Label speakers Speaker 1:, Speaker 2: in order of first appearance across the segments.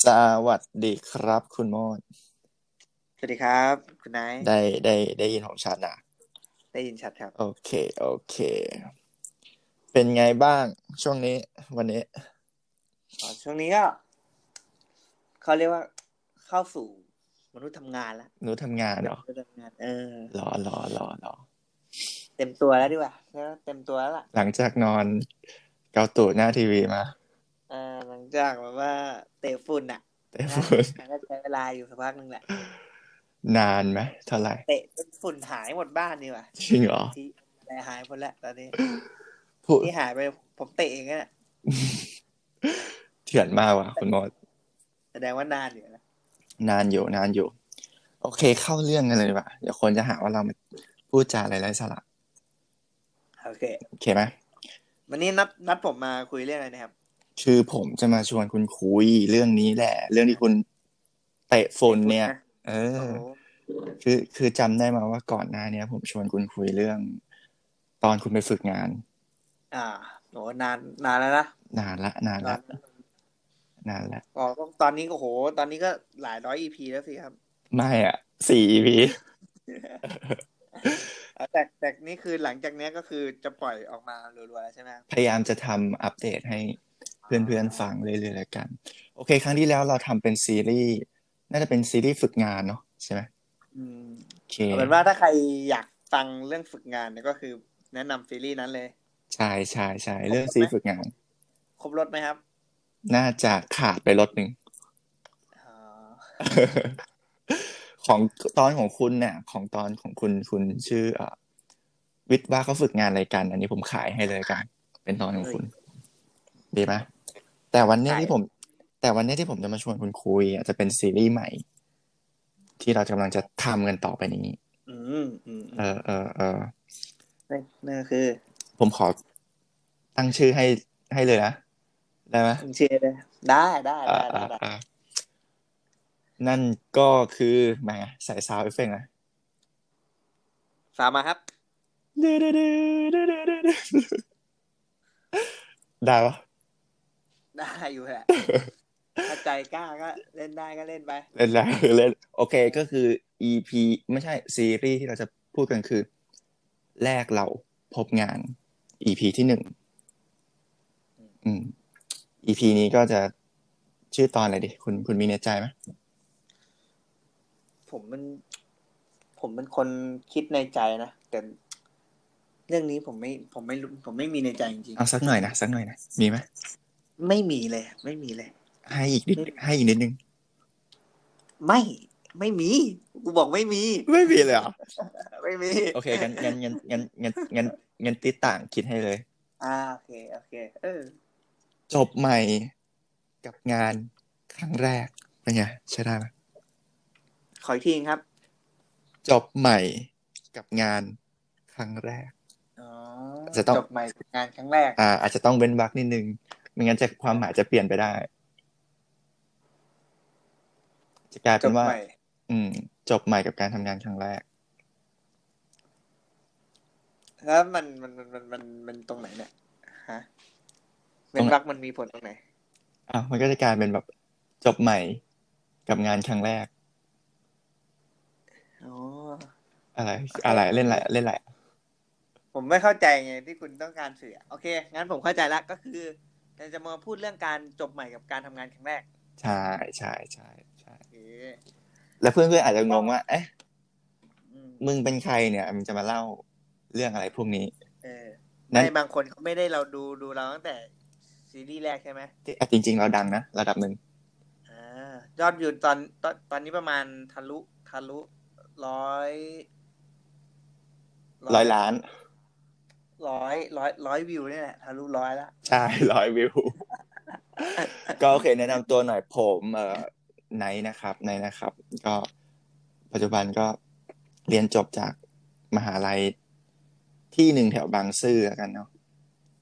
Speaker 1: สวัสดีครับ คุณโมด
Speaker 2: สวัสดีครับคุณไนท์
Speaker 1: ได้ได้ได้ยินของฉันอ่ะ
Speaker 2: ได้ยินชัดครับ
Speaker 1: โอเค โอเค เป็นไงบ้างช่วงนี้ วันนี้
Speaker 2: อ๋อช่วงนี้ก็เขาเรียกว่าเข้าสู่มนุษย์ทำงานแล้ว
Speaker 1: หนูทำงานเหรอ
Speaker 2: มนุษย์ทำงาน เออ
Speaker 1: รอรอรอรอ
Speaker 2: เต็มตัวแล้วดีกว่าแล้วเต็มตัวแล้วล่ะ
Speaker 1: หลังจากนอน เกาตูดหน้าทีวีมา
Speaker 2: เออหลังจากแบบว่าเตะฝุ่นอ่ะ
Speaker 1: เตะฝุ่น
Speaker 2: ก็ใช้เวลาอยู่สักพักหนึ่งแหละ
Speaker 1: นานไหมเท่าไหร่
Speaker 2: เตะจนฝุ่นหายหมดบ้านนี่ว่ะ
Speaker 1: จริงเหรอ
Speaker 2: ที่แต่หายหมดแล้วตอนนี้
Speaker 1: พูด
Speaker 2: ที่หายไปผมเตะเองน่ะ
Speaker 1: เถื่อนมากว่ะคุณโมด
Speaker 2: แสดงว่านานอยู่นะ
Speaker 1: นานอยู่นานอยู่ โอเค เข้าเรื่องกันเลยดีกว่ะเดี๋ยวคนจะหาว่าเรามาพูดจาอะไรไร้สาระ
Speaker 2: โอเค
Speaker 1: โอเคไหม
Speaker 2: วันนี้นัดนัดผมมาคุยเรื่องอะไรนะครับ
Speaker 1: คือผมจะมาชวนคุณคุยเรื่องนี้แหละ เรื่องที่คุณเตะฝุ่นเนี่ย เอ
Speaker 2: โอ้
Speaker 1: อ
Speaker 2: โห
Speaker 1: คือคือจำได้มาว่าก่อนหน้าเนี้ย ผมชวนคุณคุยเรื่อง ตอนคุณไปฝึกงาน
Speaker 2: อ่าโหนานนานแล้วนะ
Speaker 1: นานละ นาน
Speaker 2: ตอ
Speaker 1: ละ
Speaker 2: น
Speaker 1: นานละ
Speaker 2: อ๋อก็ตอนนี้ก็โห ตอนนี้ก็หลายร้อย EP แล้วสิครับ
Speaker 1: ไม่อ่ะสี่ปี
Speaker 2: เอ่อแต่แต่นี่คือหลังจากเนี้ยก็คือจะปล่อยออกมารัวๆแล้วใช่ไหม
Speaker 1: พยายามจะทำอัปเดตให้เพื่อนๆฟังเรื่อยๆแล้วกัน โอเค ครั้งที่แล้วเราทำเป็นซีรีส์น่าจะเป็นซีรีส์ฝึกงานเนาะใช่ไหม
Speaker 2: อืม
Speaker 1: โอเค
Speaker 2: เอาเป็นว่าถ้าใครอยากฟังเรื่องฝึกงานเนี่ยก็คือแนะนำซีรีส์นั้นเลย
Speaker 1: ใช่ใช่ใช่เรื่องซีรีส์ฝึกงาน
Speaker 2: ครบรถไหมครับ
Speaker 1: น่าจะขาดไปลดหนึ่ง
Speaker 2: อ๋อ
Speaker 1: ของตอนของคุณเนี่ยของตอนของคุณคุณชื่อเอ่อวิทย์ว่าเขาฝึกงานอะไรกัน อันนี้ผมขายให้เลยกัน เป็นตอนของคุณ ดีไหมแต่วันเนี้ยที่ผม แต่วันเนี้ยที่ผมจะมาชวนคุณคุยอ่ะจะเป็นซีรีส์ใหม่ ที่เรากำลังจะทำกันต่อไปนี้
Speaker 2: อืมอืม
Speaker 1: เออเออเออ
Speaker 2: นั่นนั่นก็คือ
Speaker 1: ผมขอตั้งชื่อให้ให้เลยนะได้ไหม
Speaker 2: คุณเชียร์เลยได้ได้
Speaker 1: อ่า
Speaker 2: ได้
Speaker 1: อ่า
Speaker 2: ได้ได้
Speaker 1: อ่านั่นก็คือแหมใส่ซาวเอฟเฟกต์นะ
Speaker 2: สามมาครับ
Speaker 1: ได้ปะ
Speaker 2: ได้อยู่แหละ ถ้าใจกล้าก็เล่นได้ก็เล่นไป
Speaker 1: เล่นแล้วเล่นโอเคก็คือ EP ไม่ใช่ซีรีส์ที่เราจะพูดกันคือ แรกเราพบงาน EP ที่หนึ่งอืม EP นี้ก็จะชื่อตอนอะไรดิ คุณคุณมีในใจไหม
Speaker 2: ผมมัน ผมเป็นคนคิดในใจนะ แต่เรื่องนี้ผมไม่ผมไม่รู้ผมไม่มีในใจจริง
Speaker 1: เอาสักหน่อยนะ สักหน่อยนะ มีไหม
Speaker 2: ๆไม่มีเลย ไม่มีเลย
Speaker 1: ให้อีกนิดให้อีกนิดนึง
Speaker 2: ไม่ไม่มี กูบอกไม่มี
Speaker 1: ไม่มีเลยเหรอ
Speaker 2: ไม่มี
Speaker 1: โอเคงั้นงั้นงั้นงั้นงั้นงั้นงั้นติดต่างคิดให้เลย
Speaker 2: อ่าโอเคโอเค เออ
Speaker 1: จบใหม่กับงานครั้งแรกเป็นไงใช่ได้ไหม
Speaker 2: ขออีกทีครับ
Speaker 1: จบใหม่กับงานครั้งแรก
Speaker 2: อ๋อ
Speaker 1: จะต้อง
Speaker 2: จบใหม่งานครั้งแรก
Speaker 1: อ่า อาจจะต้องเว้นวรรคนิดนึงไม่งั้นจะความหมายจะเปลี่ยนไปได้ จะกลาย
Speaker 2: จ
Speaker 1: เป็น
Speaker 2: บ
Speaker 1: ว่า
Speaker 2: ใหม่
Speaker 1: อืม จบใหม่กับการทำงานครั้งแรก
Speaker 2: แล้วมันมันมันมันมันมันตรงไหนเนี่ยฮะ
Speaker 1: ตร
Speaker 2: เว้
Speaker 1: ง
Speaker 2: น
Speaker 1: ไหน
Speaker 2: รักมันมีผลตรงไหน
Speaker 1: อ่ะมันก็จะกลายเป็นแบบจบใหม่กับงานครั้งแรก
Speaker 2: อ๋อ
Speaker 1: อะไร อะไรเล่นอะไรเล่นอะไร
Speaker 2: ผมไม่เข้าใจไงที่คุณต้องการสื่อโอเค งั้นผมเข้าใจละก็คือเราจะมาพูดเรื่องการจบใหม่กับการทำงานครั้งแรก
Speaker 1: ใช่ใช่ใช่ใช่
Speaker 2: โอเค
Speaker 1: แล้วเพื่อนๆอาจจะงงว่า เอ๊ะ
Speaker 2: อืม
Speaker 1: มึงเป็นใครเนี่ยมึงจะมาเล่าเรื่องอะไรพวกนี้
Speaker 2: เออ
Speaker 1: นั่น
Speaker 2: ในบางคนเขาไม่ได้เราดูดูเราตั้งแต่ซีรีส์แรกใช่ไหม
Speaker 1: ที่อ่ะจริง ๆ เราดังนะระดับหนึ่ง
Speaker 2: อ่ายอดวิวตอนตอนตอนนี้ประมาณทะลุทะลุร้อย
Speaker 1: ร้อยล้าน
Speaker 2: ร้อยร้อยร้อยวิวเนี่ยแหละทะลุร้อยละ
Speaker 1: ใช่ ร้อยวิว ก็โอเคแนะนำตัวหน่อยผมเอ่อไนท์นะครับไนท์นะครับ ก็ปัจจุบันก็เรียนจบจากมหาลัยที่หนึ่งแถวบางซื่อแล้วกันเนาะ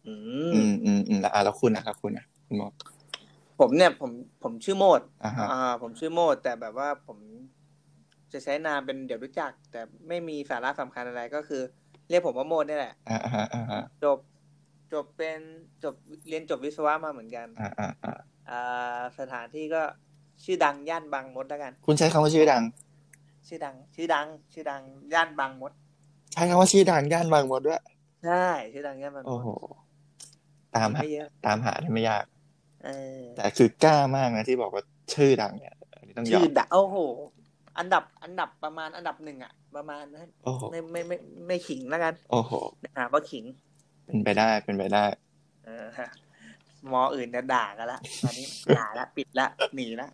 Speaker 2: อื
Speaker 1: อืมอืมอืมแล้วอ่ะแล้วคุณนะครับคุณนะคุณหมอ
Speaker 2: ผมเนี่ยผมผมชื่อโมด
Speaker 1: อ่าฮะ
Speaker 2: อ่าผมชื่อโมดแต่แบบว่าผมจะใช้นามเป็นเดี๋ยวรู้จัก แต่ไม่มีสาระสำคัญอะไรก็คือ เรียกผมว่าโมดนี่แหละ
Speaker 1: อ่าฮะอ่าฮะ
Speaker 2: จบ จบเป็นจบเรียนจบวิศวะมาเหมือนกัน
Speaker 1: อ่าอ่าอ่า
Speaker 2: อ่าสถานที่ก็ ชื่อดังย่านบางมดแล้วกัน
Speaker 1: คุณใช้คำว่าชื่อดัง
Speaker 2: ชื่อดัง ชื่อดัง ชื่อดังย่านบางมด
Speaker 1: ใช้คำว่าชื่อดังย่านบางมดด้วย
Speaker 2: ใช่ชื่อดังย่านบางมด
Speaker 1: โอ้โห ตามหา
Speaker 2: ไม่เยอะ
Speaker 1: ตามหาได้ไม่ยาก
Speaker 2: เออ
Speaker 1: แต่คือกล้ามากนะที่บอกว่าชื่อดังเนี่ยอันนี้ต้องยอ
Speaker 2: ชื่อ
Speaker 1: ม
Speaker 2: ดังโอ้โห อันดับอันดับประมาณอันดับหนึ่งอะประมาณนั้น
Speaker 1: โอ้โห
Speaker 2: ไม่ไม่ไม่ไม่ขิงแล้วกัน
Speaker 1: โอ้โห
Speaker 2: หาว่าขิง
Speaker 1: เป็นไปได้เป็นไปได้
Speaker 2: เออหมออื่นจะด่ากันละตอนนี้ ด่าละปิดละหนีละ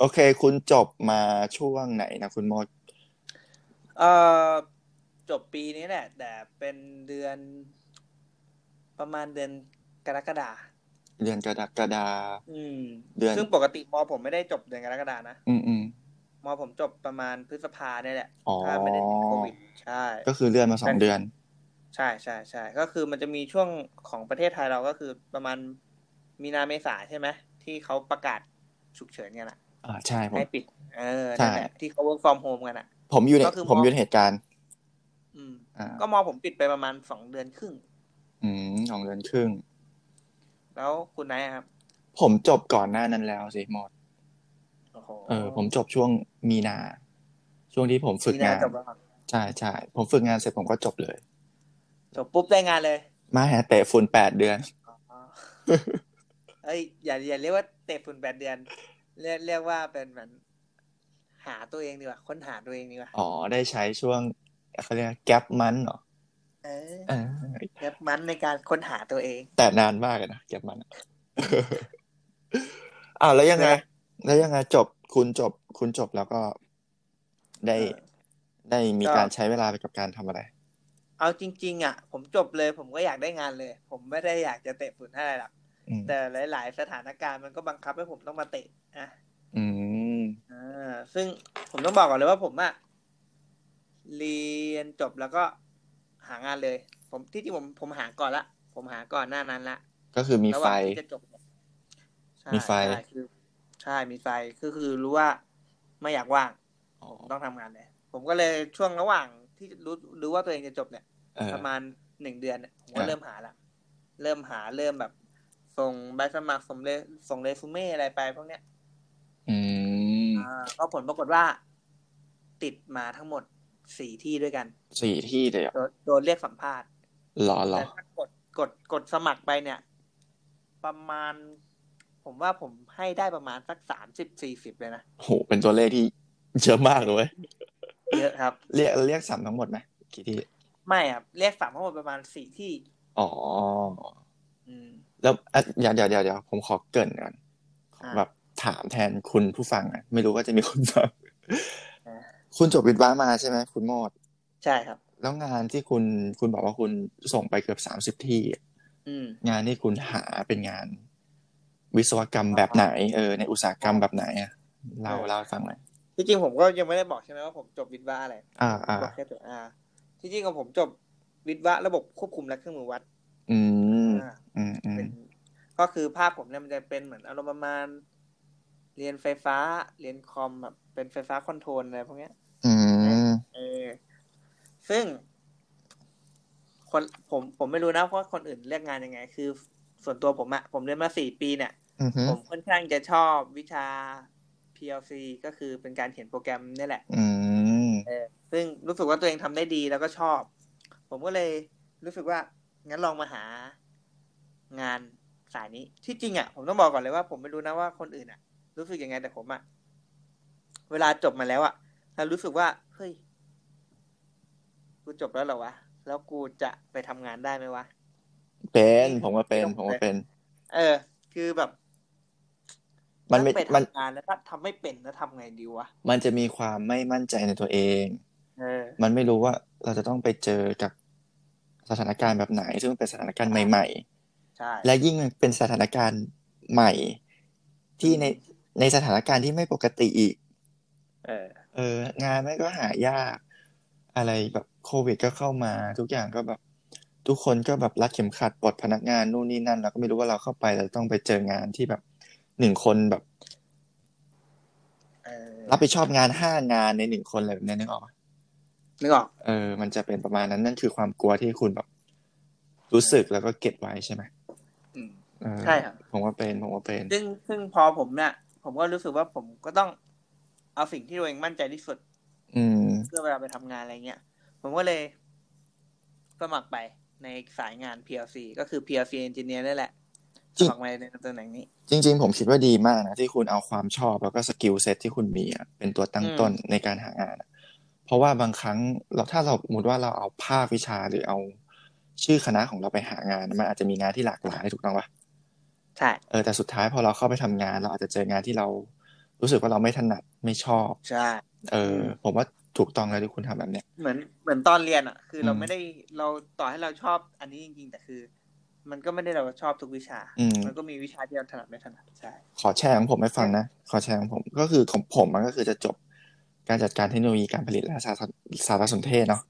Speaker 1: โอเค คุณจบมาช่วงไหนนะคุณมด
Speaker 2: เออจบปีนี้แหละแต่เป็นเดือน ประมาณเดือนกรกฎา
Speaker 1: เดือนกรกฎา
Speaker 2: อืม
Speaker 1: เดือน
Speaker 2: ซึ่งปกติมอผมไม่ได้จบเดือนกรกฎานะ
Speaker 1: อืมอืม
Speaker 2: มอผมจบประมาณพฤษภาเนี่ยแหละ
Speaker 1: อ๋อ
Speaker 2: ถ้าไม่ได้ติดโควิดใช่
Speaker 1: ก็คือเลื่อนมาสองเดือน
Speaker 2: ใช่ใช่ใช่ก็คือมันจะมีช่วงของประเทศไทยเราก็คือประมาณมีนาเมษาใช่ไหมที่เขาประกาศฉุกเฉินกันอะ
Speaker 1: อ่าใช่ผม
Speaker 2: ให้ปิด เออ
Speaker 1: ใช่
Speaker 2: นั่นแหละที่เขา work from home กันอ่ะ
Speaker 1: ผมอยู่ใน
Speaker 2: ก็คือมอง
Speaker 1: ผมอยู่ในเหตุการณ์
Speaker 2: อืม
Speaker 1: อ่า
Speaker 2: ก็มอผมปิดไปประมาณสองเดือนครึ่ง
Speaker 1: อืมสองเดือนครึ่ง
Speaker 2: แล้วคุณนายอะครับ
Speaker 1: ผมจบก่อนหน้านั้นแล้วสิมด
Speaker 2: โอ้โห
Speaker 1: เออ ผมจบช่วงมีนา ช่วงที่ผมฝึกงาน
Speaker 2: มีจบแล้วครับ
Speaker 1: ใช่ใช่ผมฝึกงานเสร็จผมก็จบเลย
Speaker 2: จบปุ๊บได้งานเลย
Speaker 1: มาแหเตะฝุ่นแปดเดือน
Speaker 2: อ๋อเอ้ยอย่าอย่าเรียกว่าเตะฝุ่นแปดเดือน เรียกเรียกว่าเป็นเหมือนหาตัวเองดีกว่าค้นหาตัวเองดีกว่า
Speaker 1: อ๋อ ได้ใช้ช่วงเขาเรียกแก็ปมันเหรอ
Speaker 2: เออ
Speaker 1: เออ
Speaker 2: แบบมันในการค้นหาตัวเอง
Speaker 1: แต่นานมากเลยนะแก็ปมันอะ อ้าวแล้วยังไง แล้วยังไงจบคุณจบ คุณจบแล้วก็ได้
Speaker 2: เออ
Speaker 1: ได้มี
Speaker 2: ก็
Speaker 1: การใช้เวลาไปกับการทำอะไร
Speaker 2: เอาจริง ๆ อ่ะ ผมจบเลยผมก็อยากได้งานเลย ผมไม่ได้อยากจะเตะฝุ่นอะไรหรอก
Speaker 1: อืม
Speaker 2: แต่หลาย ๆ สถานการณ์มันก็บังคับให้ผมต้องมาเตะอ่ะ
Speaker 1: อืม
Speaker 2: อ่าซึ่งผมต้องบอกก่อนเลยว่าผมอะเรียนจบแล้วก็หางานเลย ผมที่จริงผมผมหาก่อนละ ผมหาก่อนหน้านั้นละ
Speaker 1: ก็คือมี
Speaker 2: ระห
Speaker 1: ไฟ
Speaker 2: ว่างที่จะจบเนี่ยใช่
Speaker 1: มีไฟ
Speaker 2: ใช่คือใช่มีไฟคือคือรู้ว่าไม่อยากว่าง
Speaker 1: อ๋อ
Speaker 2: ต้องทำงานเลยผมก็เลยช่วงระหว่างที่รู้รู้ว่าตัวเองจะจบเนี่ย
Speaker 1: เออ
Speaker 2: ประมาณหนึ่งเดือนเนี่ยผมก็
Speaker 1: อ่า
Speaker 2: เริ่มหาละเริ่มหาเริ่มแบบส่งใบสมัครส่งเรส่งเรซูเม่อะไรไปพวกเนี้ย
Speaker 1: อืม
Speaker 2: อ่าก็ผลปรากฏว่า ติดมาทั้งหมดสี่ที่ด้วยกัน
Speaker 1: สี่ที่เลยเหรอ
Speaker 2: โดนโดนเรียกสัมภาษณ์
Speaker 1: หรอหร
Speaker 2: แต่
Speaker 1: อ
Speaker 2: ถ้ากดกดกดสมัครไปเนี่ย ประมาณ ผมว่าผมให้ได้ประมาณสักสามสิบสี่สิบเลยนะ
Speaker 1: โหเป็นตัวเลขที่เยอะมากเลยเว้ย
Speaker 2: เยอะครับ
Speaker 1: เรียกเรียกสัมทั้งหมดไหมกี่ที่
Speaker 2: ไม่ครับเรียกสามทั้งหมดประมาณสี่ที่
Speaker 1: อ๋อ
Speaker 2: อืม
Speaker 1: แล้วอ่ะเดี๋ยวเดี๋ยวเดี๋ยวเดี๋ยวผมขอเกรินก่อนขอ
Speaker 2: อ่า
Speaker 1: แบบถามแทนคุณผู้ฟังอ่ะ ไม่รู้ว่าจะมีคนฟัง
Speaker 2: อ่า
Speaker 1: คุณจบวิทย์ว้ามาใช่ไหมคุณโมด
Speaker 2: ใช่ครับ
Speaker 1: แล้วงานที่คุณคุณบอกว่าคุณส่งไปเกือบสามสิบที่อะ
Speaker 2: อืม
Speaker 1: งานที่คุณหาเป็นงาน วิศวกรรมแบบไหน เออในอุตสาหกรรมแบบไหนอ่ะเรา
Speaker 2: เออ
Speaker 1: เล่าให้ฟังหน่อย
Speaker 2: ที่จริงผมก็ยังไม่ได้บอกใช่ไหมว่าผมจบวิทย์วะอะไร
Speaker 1: อ่าอ่า
Speaker 2: บอกแค่ตัวอาที่จริงของผมจบวิทย์วะระบบควบคุมและเครื่องมือวัด
Speaker 1: อืม
Speaker 2: อ่า
Speaker 1: อืมอืม
Speaker 2: เป็นก็คือภาพผมเนี่ยมันจะเป็นเหมือนอารมณ์ประมาณ เรียนไฟฟ้า เรียนคอมแบบเป็นไฟฟ้าคอนโทรลอะไรพวกเนี้ย
Speaker 1: อืม
Speaker 2: เออซึ่ง คนผมผมไม่รู้นะเพราะคนอื่นเลือกงานยังไง คือ ส่วนตัวผมอะผมเรียนมาสี่ปีเนี่ย
Speaker 1: อืมอืม
Speaker 2: ผมค่อนข้างจะชอบวิชา PLC ก็คือเป็นการเขียนโปรแกรมเนี่ยแหละ
Speaker 1: อืม
Speaker 2: เออซึ่งรู้สึกว่าตัวเองทำได้ดีแล้วก็ชอบ ผมก็เลยรู้สึกว่างั้นลองมาหางานสายนี้ ที่จริงอ่ะผมต้องบอกก่อนเลยว่าผมไม่รู้นะว่าคนอื่นอ่ะ รู้สึกยังไงแต่ผมอ่ะเวลาจบมาแล้วอ่ะเรารู้สึกว่าเฮ้ยกูจบแล้วเหรอวะแล้วกูจะไปทำงานได้ไหมวะ
Speaker 1: เป็นผมว่าเป็นผมว่าเป็น
Speaker 2: เออ คือแบบ
Speaker 1: มันไม่
Speaker 2: ถ้าไป
Speaker 1: มัน
Speaker 2: ทำงานแล้วถ้าทำไม่เป็นแล้วทำไงดีวะ
Speaker 1: มันจะมีความไม่มั่นใจในตัวเอง
Speaker 2: เออ
Speaker 1: มันไม่รู้ว่าเราจะต้องไปเจอกับสถานการณ์แบบไหน ซึ่งเป็นสถานการณ์ใหม่
Speaker 2: ใช่
Speaker 1: ๆ และยิ่งมันเป็นสถานการณ์ใหม่ ที่ในในสถานการณ์ที่ไม่ปกติอีก
Speaker 2: เออ
Speaker 1: เออ งานมันก็หายาก อะไรแบบโควิดก็เข้ามา ทุกอย่างก็แบบ ทุกคนก็แบบรัดเข็มขัดปลดพนักงานนู่นนี่นั่นเราก็ไม่รู้ว่าเราเข้าไปเราจะต้องไปเจองานที่แบบหนึ่งคนแบบ
Speaker 2: เออ
Speaker 1: รับผิดชอบงานห้างานในหนึ่งคนอะไรแบบเนี้ยนึกออกปะ
Speaker 2: นึกออก
Speaker 1: เออ มันจะเป็นประมาณนั้น นั่นคือความกลัวที่คุณแบบ รู้สึกแล้วก็เก็บไว้ใช่ไหม
Speaker 2: อืม
Speaker 1: เออ
Speaker 2: ใช่ครับ
Speaker 1: ผมว่าเป็นผมว่าเป็น
Speaker 2: ซึ่งซึ่งพอผมเนี่ยผมก็รู้สึกว่าผมก็ต้องเอาสิ่งที่ตัวเองมั่นใจที่สุด
Speaker 1: อืม
Speaker 2: เพื่อเวลาไปทำงานอะไรเงี้ย ผมก็เลยสมัครไปในสายงาน PLC ก็คือ PLC Engineer นี่แหละ
Speaker 1: จ
Speaker 2: ส
Speaker 1: ริง
Speaker 2: มัครมาในตำแหน่งนี้
Speaker 1: จริง ๆ ผมคิดว่าดีมากนะที่คุณเอาความชอบแล้วก็สกิลเซ็ตที่คุณมีอะเป็นตัวตั้งต้นในการหางานอะเพราะว่าบางครั้งเราถ้าเราสมมติว่าเราเอาภาควิชาหรือเอาชื่อคณะของเราไปหางานมันอาจจะมีงานที่หลากหลายถูกต้องปะ
Speaker 2: ใช่
Speaker 1: เออแต่สุดท้ายพอเราเข้าไปทำงาน เราอาจจะเจองานที่เรารู้สึกว่าเราไม่ถนัดไม่ชอบ
Speaker 2: ใช่
Speaker 1: เออ ผมว่าถูกต้องแล้วที่คุณทำแบบเนี้ย
Speaker 2: เหมือนเหมือนตอนเรียนอ่ะ คือเรา
Speaker 1: อืม
Speaker 2: ไม่ได้เราต่อให้เราชอบอันนี้จริงๆ แต่คือ มันก็ไม่ได้เราชอบทุกวิชา
Speaker 1: อืม
Speaker 2: มันก็มีวิชาที่เราถนัดไม่ถนัดใช่
Speaker 1: ขอแชร์ของผมให้ฟังนะ ขอแชร์ของผมก็คือของผมมันก็คือจะจบการจัดการเทคโนโลยีการผลิตและสารสารสนเทศเนาะ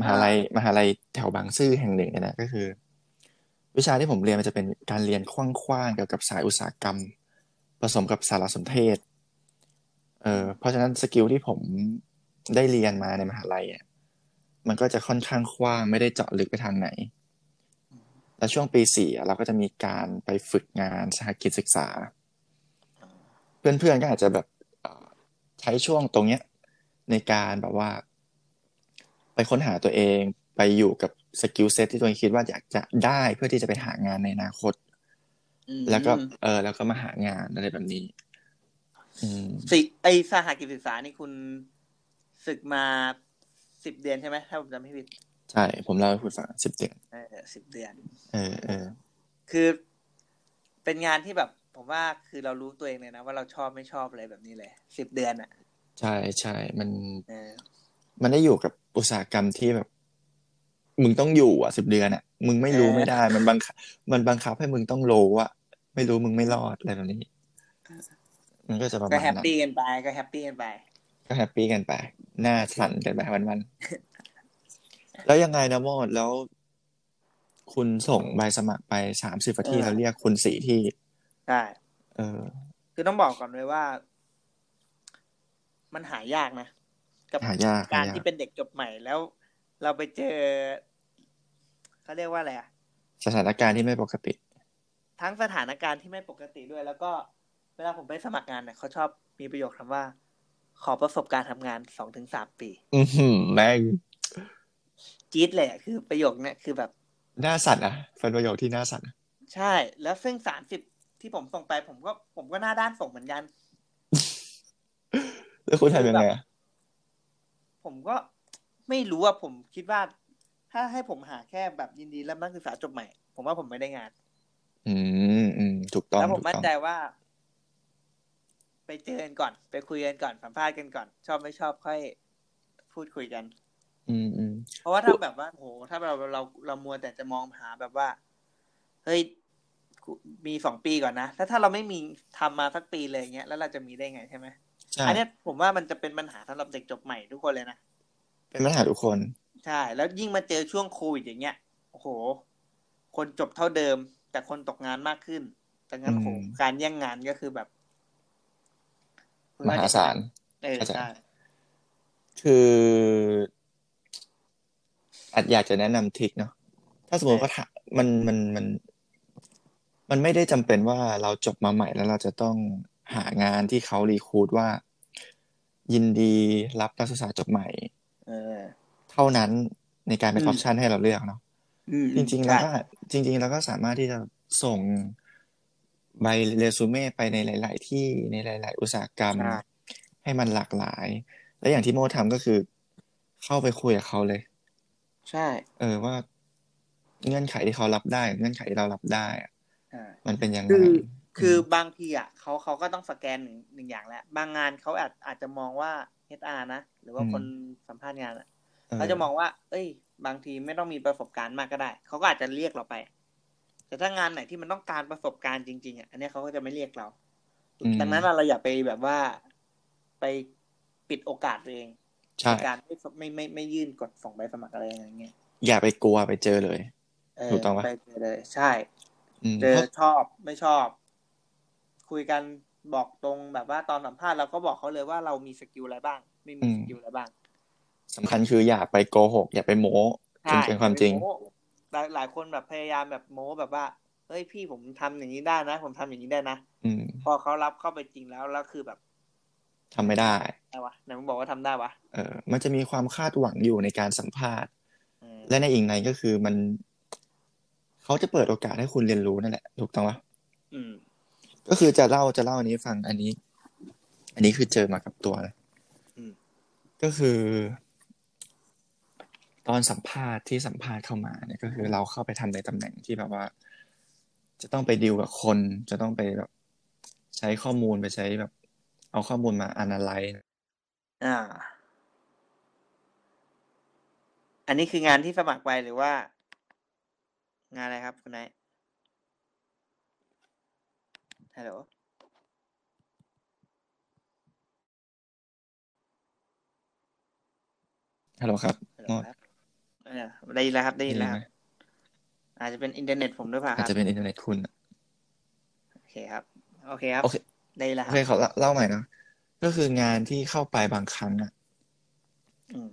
Speaker 1: มหาลัยมหาลัยแถวบางซื่อแห่งหนึ่งเนี่ยนะก็คือ วิชาที่ผมเรียนมันจะเป็นการเรียนกว้างๆเกี่ยวกับสายอุตสาหกรรม ผสมกับสารสนเทศเออเพราะฉะนั้นสกิลที่ผมได้เรียนมาในมหาลัยอ่ะมันก็จะค่อนข้างกว้างไม่ได้เจาะลึกไปทางไหน แล้วช่วงปีสี่อะเราก็จะมีการไปฝึกงานสหกิจศึกษา เพื่อนๆก็อาจจะแบบเอ่อใช้ช่วงตรงเนี้ย ในการแบบว่า ไปค้นหาตัวเองไปอยู่กับสกิลเซ็ตที่ตัวเองคิดว่าอยากจะได้เพื่อที่จะไปหางานในอนาคต
Speaker 2: อืม
Speaker 1: แล้วก็ เออ แล้วก็มาหางานอะไรแบบนี้ อืม
Speaker 2: สิไอสหกิจศึกษานี่คุณศึกมาสิบเดือนใช่ไหมถ้าผมจำไม่ผิด
Speaker 1: ใช่ ผมเล่าให้คุณฟังสิบเดือน
Speaker 2: เออสิบเดือน
Speaker 1: เออเออ
Speaker 2: คือเป็นงานที่แบบผมว่าคือเรารู้ตัวเองเลยนะ ว่าเราชอบไม่ชอบอะไรแบบนี้เลยสิบเดือนอ่ะ
Speaker 1: ใช่ใช่มัน
Speaker 2: เออ
Speaker 1: มันได้อยู่กับอุตสาหกรรมที่แบบ มึงต้องอยู่อ่ะสิบเดือนอ่ะ มึงไม่รู้ไม่ได้ มันบังคับมันบังคับให้มึงต้องรู้อ่ะ ไม่รู้มึงไม่รอดอะไรแบบนี้ มันก็จะประ
Speaker 2: ก็
Speaker 1: มาณ
Speaker 2: แฮป
Speaker 1: นั้น
Speaker 2: ปี้กันไปก็แฮปปี้กันไป
Speaker 1: ก็แฮปปี้กันไป หน้าสั่นกันไปวันวัน ๆ แล้วยังไงนะโมดแล้ว คุณส่งใบสมัครไปสามสิบกว่าที่
Speaker 2: เออ
Speaker 1: แล้วเรียกคุณสี่ที่
Speaker 2: ใช่
Speaker 1: เออ
Speaker 2: คือต้องบอกก่อนเลยว่า มันหายากนะกับ
Speaker 1: หายากหายาก
Speaker 2: การที่เป็นเด็กจบใหม่แล้ว เราไปเจอเขาเรียกว่าอะไรอะ
Speaker 1: สถานการณ์ที่ไม่ปกติ
Speaker 2: ทั้งสถานการณ์ที่ไม่ปกติด้วย แล้วก็เวลาผมไปสมัครงานเนี่ยเขาชอบมีประโยคคำว่า ขอประสบการณ์ทำงานสองถึงสามปี
Speaker 1: อือหือแม่ง
Speaker 2: จี๊ดเลยอะคือประโยคเนี่ยคือแบบ
Speaker 1: หน้าสั่นอ่ะเป็นประโยคที่หน้าสั่นอะ
Speaker 2: ใช่ แล้วซึ่งสามสิบที่ผมส่งไปผมก็ผมก็หน้าด้านส่งเหมือนกัน
Speaker 1: แล้วคุณทำยังไงอะ
Speaker 2: ผมก็ไม่รู้ว่าผมคิดว่า ถ้าให้ผมหาแค่แบบยินดีและนักศึกษาจบใหม่ ผมว่าผมไม่ได้งาน
Speaker 1: อืมอืมถูกต้อง
Speaker 2: แล้วผม
Speaker 1: ถูก
Speaker 2: มั่น
Speaker 1: ต้อง
Speaker 2: ใจว่า ไปเจอกันก่อน ไปคุยกันก่อนสัมภาษณ์กันก่อน ชอบไม่ชอบค่อยพูดคุยกัน
Speaker 1: อืมอืม
Speaker 2: เพราะว่าถ้าแบบว่าโหถ้าเราเราเรามัวแต่จะมองหาแบบว่า เฮ้ยกูมีสองปีก่อนนะแล้วถ้าเราไม่มีทำมาสักปีเลยอย่างเงี้ยแล้วเราจะมีได้ไงใช่ไหม
Speaker 1: ใช่
Speaker 2: อันเนี้ยผมว่ามันจะเป็นปัญหาสำหรับเด็กจบใหม่ทุกคนเลยนะ
Speaker 1: เป็นปัญหาทุกคน
Speaker 2: ใช่ แล้วยิ่งมาเจอช่วงโควิดอย่างเงี้ย โอ้โห คนจบเท่าเดิม แต่คนตกงานมากขึ้นดังนั้น
Speaker 1: อืม
Speaker 2: โอ้โหการแย่งงานก็คือแบบ
Speaker 1: มหาศาล
Speaker 2: เออ
Speaker 1: เข้าใจ
Speaker 2: ใช่
Speaker 1: คืออาจอยากจะแนะนำทริกเนาะถ้าสมมติว่าถ้ามันมันมัน มันไม่ได้จำเป็นว่าเราจบมาใหม่แล้วเราจะต้องหางานที่เขารีครูดว่า ยินดีรับนักศึกษาจบใหม่
Speaker 2: เออ
Speaker 1: เท่านั้นในการเป็น
Speaker 2: อื
Speaker 1: อ
Speaker 2: ม
Speaker 1: อปชันให้เราเลือกเนาะ
Speaker 2: อืม
Speaker 1: จริงๆ แล้วก็จริง ๆ แล้วก็สามารถที่จะส่งใบเรซูเม่ไปในหลาย ๆ ที่ในหลาย ๆ อุตสาหกรรม ให้มันหลากหลาย และอย่างที่โมทำก็คือเข้าไปคุยกับเขาเลย
Speaker 2: ใช่
Speaker 1: เออว่า เงื่อนไขที่เขารับได้ เงื่อนไขที่เรารับได้อะ
Speaker 2: ใช่
Speaker 1: มันเป็นยังไง
Speaker 2: คือคือบางทีอ่ะเขาเขาก็ต้องสแกนหนึ่งหนึ่งอย่างแหล้วบางงานเขาอาจอาจจะมองว่า HR นะ หรือว่า
Speaker 1: อืม
Speaker 2: คนสัมภาษณ์งานอะ
Speaker 1: เขา
Speaker 2: เขาจะมองว่า เอ้ย บางทีไม่ต้องมีประสบการณ์มากก็ได้ เขาก็อาจจะเรียกเราไป แต่ถ้างานไหนที่มันต้องการประสบการณ์จริงๆอ่ะอันเนี้ยเขาก็จะไม่เรียกเรา ดังนั้นอะเราอย่าไปแบบว่าไปปิดโอกาสตัวเอง
Speaker 1: ใช่
Speaker 2: ในการไม่สไม่ไม่ไม่ยื่นกดส่งใบสมัครอะไรอย่างเงี้ย
Speaker 1: อย่าไปกลัวไปเจอเลย
Speaker 2: เออ
Speaker 1: ถูกต้องปะ
Speaker 2: ไปเจอเลยใช่
Speaker 1: อืม
Speaker 2: เจอ
Speaker 1: เพราะ
Speaker 2: ชอบไม่ชอบ คุยกันบอกตรงแบบว่าตอนสัมภาษณ์เราก็บอกเขาเลยว่าเรามีสกิลอะไรบ้าง ไม่มีสกิลอะไรบ้าง
Speaker 1: สำคัญคืออย่าไปโกหก อย่าไปโม้จนเกินความจริง
Speaker 2: ใช่อย่ไปโม้หลายหลายคนแบบพยายามแบบโม้แบบว่า เอ ฮ้ยพี่ผมทำอย่างนี้ได้นะ ผมทำอย่างนี้ได้นะ
Speaker 1: อืม
Speaker 2: พอเขารับเข้าไปจริงแล้วแล้วคือแบบ
Speaker 1: ทำไม่ได้
Speaker 2: อะไรวะไหนมึงบอกว่าทำได้วะ
Speaker 1: เออมันจะมีความคาดหวังอยู่ในการสัมภาษณ์
Speaker 2: เออ
Speaker 1: และในอีกในก็คือมัน เขาจะเปิดโอกาสให้คุณเรียนรู้นั่นแหละถูกต้องปะ
Speaker 2: อืม
Speaker 1: ก็คือจะเล่าจะเล่าอันนี้ฟังอันนี้ อันนี้คือเจอมากับตัวนะ
Speaker 2: อืม
Speaker 1: ก็คือ ตอนสัมภาษณ์ที่สัมภาษณ์เข้ามาเนี่ยก็คือเราเข้าไปทำในตำแหน่งที่แบบว่า จะต้องไปดีลกับคน จะต้องไปแบบ ใช้ข้อมูลไปใช้แบบ เอาข้อมูลมา analyze
Speaker 2: อ่า อันนี้คืองานที่สมัครไปหรือว่า งานอะไรครับคุณนายฮัลโหล
Speaker 1: ฮัลโหลครับ
Speaker 2: ฮัลโหลครับเออได้ยินแล้วครับได้ยินแล้วครับอาจจะเป็นอินเทอร์เน็ตผมด้วยเปล่าค
Speaker 1: อาจ
Speaker 2: รับ
Speaker 1: จะเป็นอินเทอร์เน็ตคุณอะ
Speaker 2: โอเคครับ โอเคครับ
Speaker 1: โอเค
Speaker 2: ได้ยินแล้ว
Speaker 1: โอ
Speaker 2: ครั
Speaker 1: เค
Speaker 2: บ
Speaker 1: ขอเล่าเล่าใหม่นะก็คืองานที่เข้าไปบางครั้งอ่ะ
Speaker 2: อืม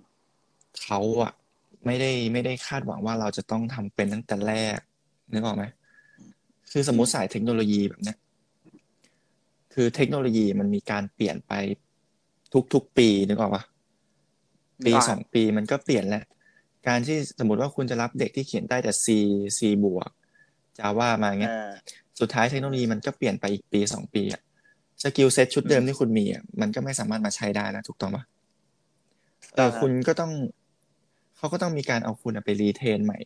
Speaker 1: เขาอ่ะ ไม่ได้ไม่ได้คาดหวังว่าเราจะต้องทำเป็นตั้งแต่แรกนึกออกไหมคือสมมติสายเทคโนโลยีแบบเนี้ยคือเทคโนโลยีมันมีการเปลี่ยนไปทุกๆปีนึกออกปะ
Speaker 2: นึ
Speaker 1: ปี
Speaker 2: กออก
Speaker 1: สองปีมันก็เปลี่ยนแหละการที่สมมติว่าคุณจะรับเด็กที่เขียนได้แต่ C C บวกจาว่ามา
Speaker 2: เอ
Speaker 1: เงี้ย
Speaker 2: อ
Speaker 1: สุดท้ายเทคโนโลยีมันก็เปลี่ยนไปอีกปีสองปีอะสกิลเซ็ตชุดเดิม
Speaker 2: อืม
Speaker 1: ที่คุณมีอะมันก็ไม่สามารถมาใช้ได้แล้วถูกต้องปะเอ
Speaker 2: อ่า
Speaker 1: อ
Speaker 2: ฮะ
Speaker 1: คุณก็ต้อง เขาก็ต้องมีการเอาคุณอะไปรีเทรนใหม่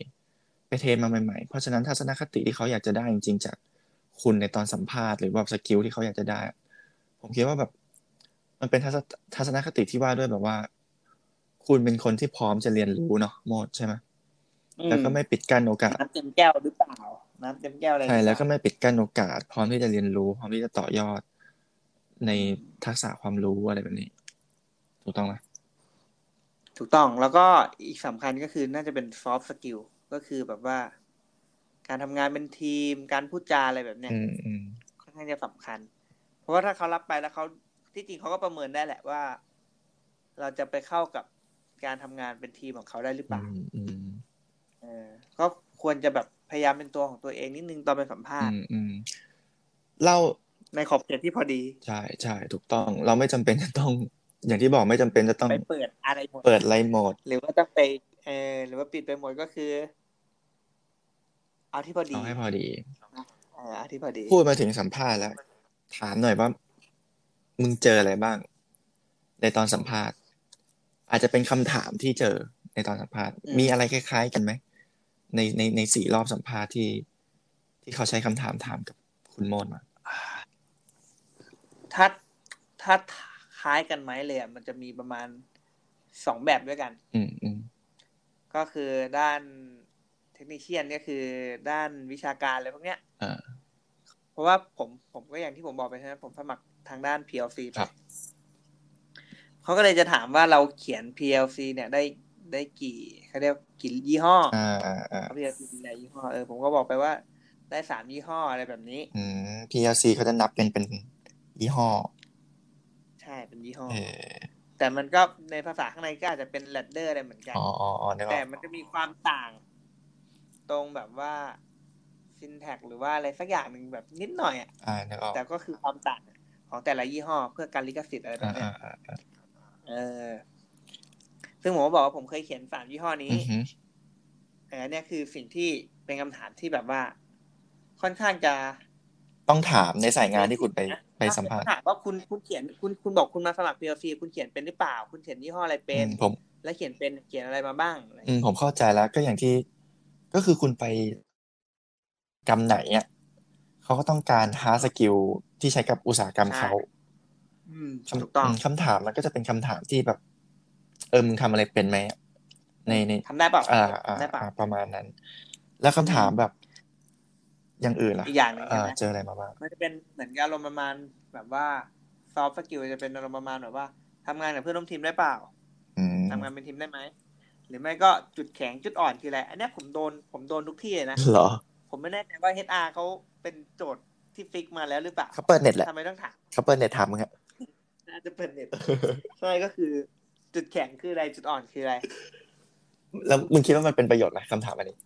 Speaker 1: ไปเทรนมาใหม่ๆ เพราะฉะนั้นทัศนคติที่เขาอยากจะได้จริงๆ จากคุณในตอนสัมภาษณ์หรือว่าสกิลที่เขาอยากจะได้อะผมคิดว่าแบบ มันเป็นทัศทัศนคติที่ว่าด้วยแบบว่า คุณเป็นคนที่พร้อมจะเรียนรู้เนาะโมดใช่ไหม
Speaker 2: อื
Speaker 1: แล้วก็ไม่ปิดกั้นโอกาส
Speaker 2: น้ำเต็มแก้วหรือเปล่า น้ำเต็มแก้วอะไรหรื
Speaker 1: ใช่
Speaker 2: อเปา
Speaker 1: แล้วก็ไม่ปิดกั้นโอกาส พร้อมที่จะเรียนรู้ พร้อมที่จะต่อยอดในทักษะความรู้อะไรแบบนี้ ถูกต้องไหม
Speaker 2: ถูกต้องแล้วก็อีกสำคัญก็คือน่าจะเป็น soft skill ก็คือแบบว่า การทำงานเป็นทีม การพูดจาอะไรแบบเนี้ย
Speaker 1: อืมอืม
Speaker 2: ค่อนข้างจะสำคัญ เพราะว่าถ้าเขารับไปแล้วเขาที่จริงเขาก็ประเมินได้แหละว่า เราจะไปเข้ากับการทำงานเป็นทีมของเขาได้หรือเป
Speaker 1: อื
Speaker 2: ล่าม
Speaker 1: อืม
Speaker 2: เออก็ควรจะแบบพยายามเป็นตัวของตัวเองนิดนึงตอนไปสัมภา
Speaker 1: อื
Speaker 2: ษณ์
Speaker 1: มอืมเล่า
Speaker 2: ในขอบเขตที่พอดี
Speaker 1: ใช่ใช่ถูกต้อง เราไม่จำเป็นจะต้อง อย่างที่บอกไม่จำเป็นจะต้อง
Speaker 2: ไปเปิดอะไรหมด
Speaker 1: เปิดไลน์โหมด
Speaker 2: หรือว่าต้องไปเออหรือว่าปิดไปหมดก็คือ เอาที่พอดี
Speaker 1: เอาให้พอดี
Speaker 2: เออเอาที่พอดี
Speaker 1: พูดมาถึงสัมภาษณ์แล้ว ถามหน่อยว่า มึงเจออะไรบ้าง ในตอนสัมภาษณ์ อาจจะเป็นคำถามที่เจอในตอนสัมภาษณ์
Speaker 2: อืม
Speaker 1: มีอะไรคล้าย ๆ กันไหมในในในสี่รอบสัมภาษณ์ที่ ที่เขาใช้คำถามถามกับคุณโมดมา
Speaker 2: ถ้าถ้าคล้ายกันไหมเลยอ่ะมันจะมีประมาณสองแบบด้วยกัน
Speaker 1: อืมอืม
Speaker 2: ก็คือด้านเทคนิคเชียนก็คือด้านวิชาการอะไรพวกเนี้ย
Speaker 1: อ่า
Speaker 2: เพราะว่าผมผมก็อย่างที่ผมบอกไปใช่ไหมผมสมัครทางด้าน PLC ไป
Speaker 1: ครับ
Speaker 2: เขาก็เลยจะถามว่าเราเขียน PLC เนี่ยได้ได้กี่เขาเรียกกี่ยี่ห้อ
Speaker 1: อ่าอ่าอ่า
Speaker 2: เขา PLC มีหลายยี่ห้อเออผมก็บอกไปว่าได้สามยี่ห้ออะไรแบบนี้
Speaker 1: อืม PLC เขาจะนับเป็นเป็นยี่ห้อ
Speaker 2: ใช่เป็นยี่ห้อ
Speaker 1: เออ
Speaker 2: แต่มันก็ในภาษาข้างในก็อาจจะเป็น ladder อะไรเหมือนกัน
Speaker 1: อ๋ออ๋ออ๋อนึกอ
Speaker 2: แต่
Speaker 1: อก
Speaker 2: มันจะมีความต่างตรงแบบว่าซินแท็กหรือว่าอะไรสักอย่างหนึ่งแบบนิดหน่อยอ่ะ
Speaker 1: อ่านึกออก
Speaker 2: แต่ก็คือความต่างของแต่ละยี่ห้อเพื่อการลิขสิทธิ์อะไรแบ
Speaker 1: อ่า
Speaker 2: บเนี้
Speaker 1: อ่าย อ่า
Speaker 2: เออ ซึ่งผมก็บอกว่าผมเคยเขียนสามยี่ห้อนี้
Speaker 1: อือหือ
Speaker 2: เออเนี่ยคือสิ่งที่เป็นคำถามที่แบบว่า ค่อนข้างจะ
Speaker 1: ต้องถามในสายงานที่คุณไปไปสัมภาษณ์
Speaker 2: ถามว่าคุณคุณเขียนคุณคุณบอกคุณมาสมัคร PLC คุณเขียนเป็นหรือเปล่า คุณเขียนยี่ห้ออะไร
Speaker 1: อื
Speaker 2: เป็น
Speaker 1: มผม
Speaker 2: และเขียนเป็นเขียนอะไรมาบ้างอะไรอย่าง
Speaker 1: อื
Speaker 2: เงี้ย
Speaker 1: มผมเข้าใจแล้วก็อย่างที่ก็คือคุณไปกรรมไหนอ่ะเขาก็ต้องการ hard skill ที่ใช้กับอุตสาหกรรมเขา
Speaker 2: อืม
Speaker 1: คำ
Speaker 2: ถูกต้อง
Speaker 1: มคำถามมันก็จะเป็นคำถามที่แบบ เออมึงทำอะไรเป็นไหมอะในใน
Speaker 2: ทำได้เปล่า
Speaker 1: อ่าอ่า
Speaker 2: ทำได้เปล่า
Speaker 1: อ่าประมาณนั้น แล้วคำถามแบบ อย่างอื่นล่ะ
Speaker 2: อีกอย่างหนึ่งใช่ไหม
Speaker 1: อ่าเจออะไรมาบ้าง
Speaker 2: มันจะเป็นเหมือนกับอารมณ์ประมาณแบบว่าซอฟต์สกิลจะเป็นอารมณ์ประมาณแบบว่าทำงานกับเพื่อนร่วมทีมได้เปล่า
Speaker 1: อืม
Speaker 2: ทำงานเป็นทีมได้ไหมหรือไม่ก็จุดแข็งจุดอ่อนคืออะไรอันเนี้ยผมโดนผมโดนทุกที่เลยนะ
Speaker 1: เหรอ
Speaker 2: ผมไม่แน่ใจว่า HR เขาเป็นโจทย์ที่ฟิกมาแล้วหรือเปล่า
Speaker 1: เขาเปิดเน็ตแหละ
Speaker 2: ทำไมต้องถาม
Speaker 1: เขาเปิดเน็ตถามมึงอะ
Speaker 2: น่าจะเป็นเน็ต ใช่ก็คือ จุดแข็งคืออะไรจุดอ่อนคืออะไร
Speaker 1: แล้วมึงคิดว่ามันเป็นประโยชน์ไหมคำถามอันนี้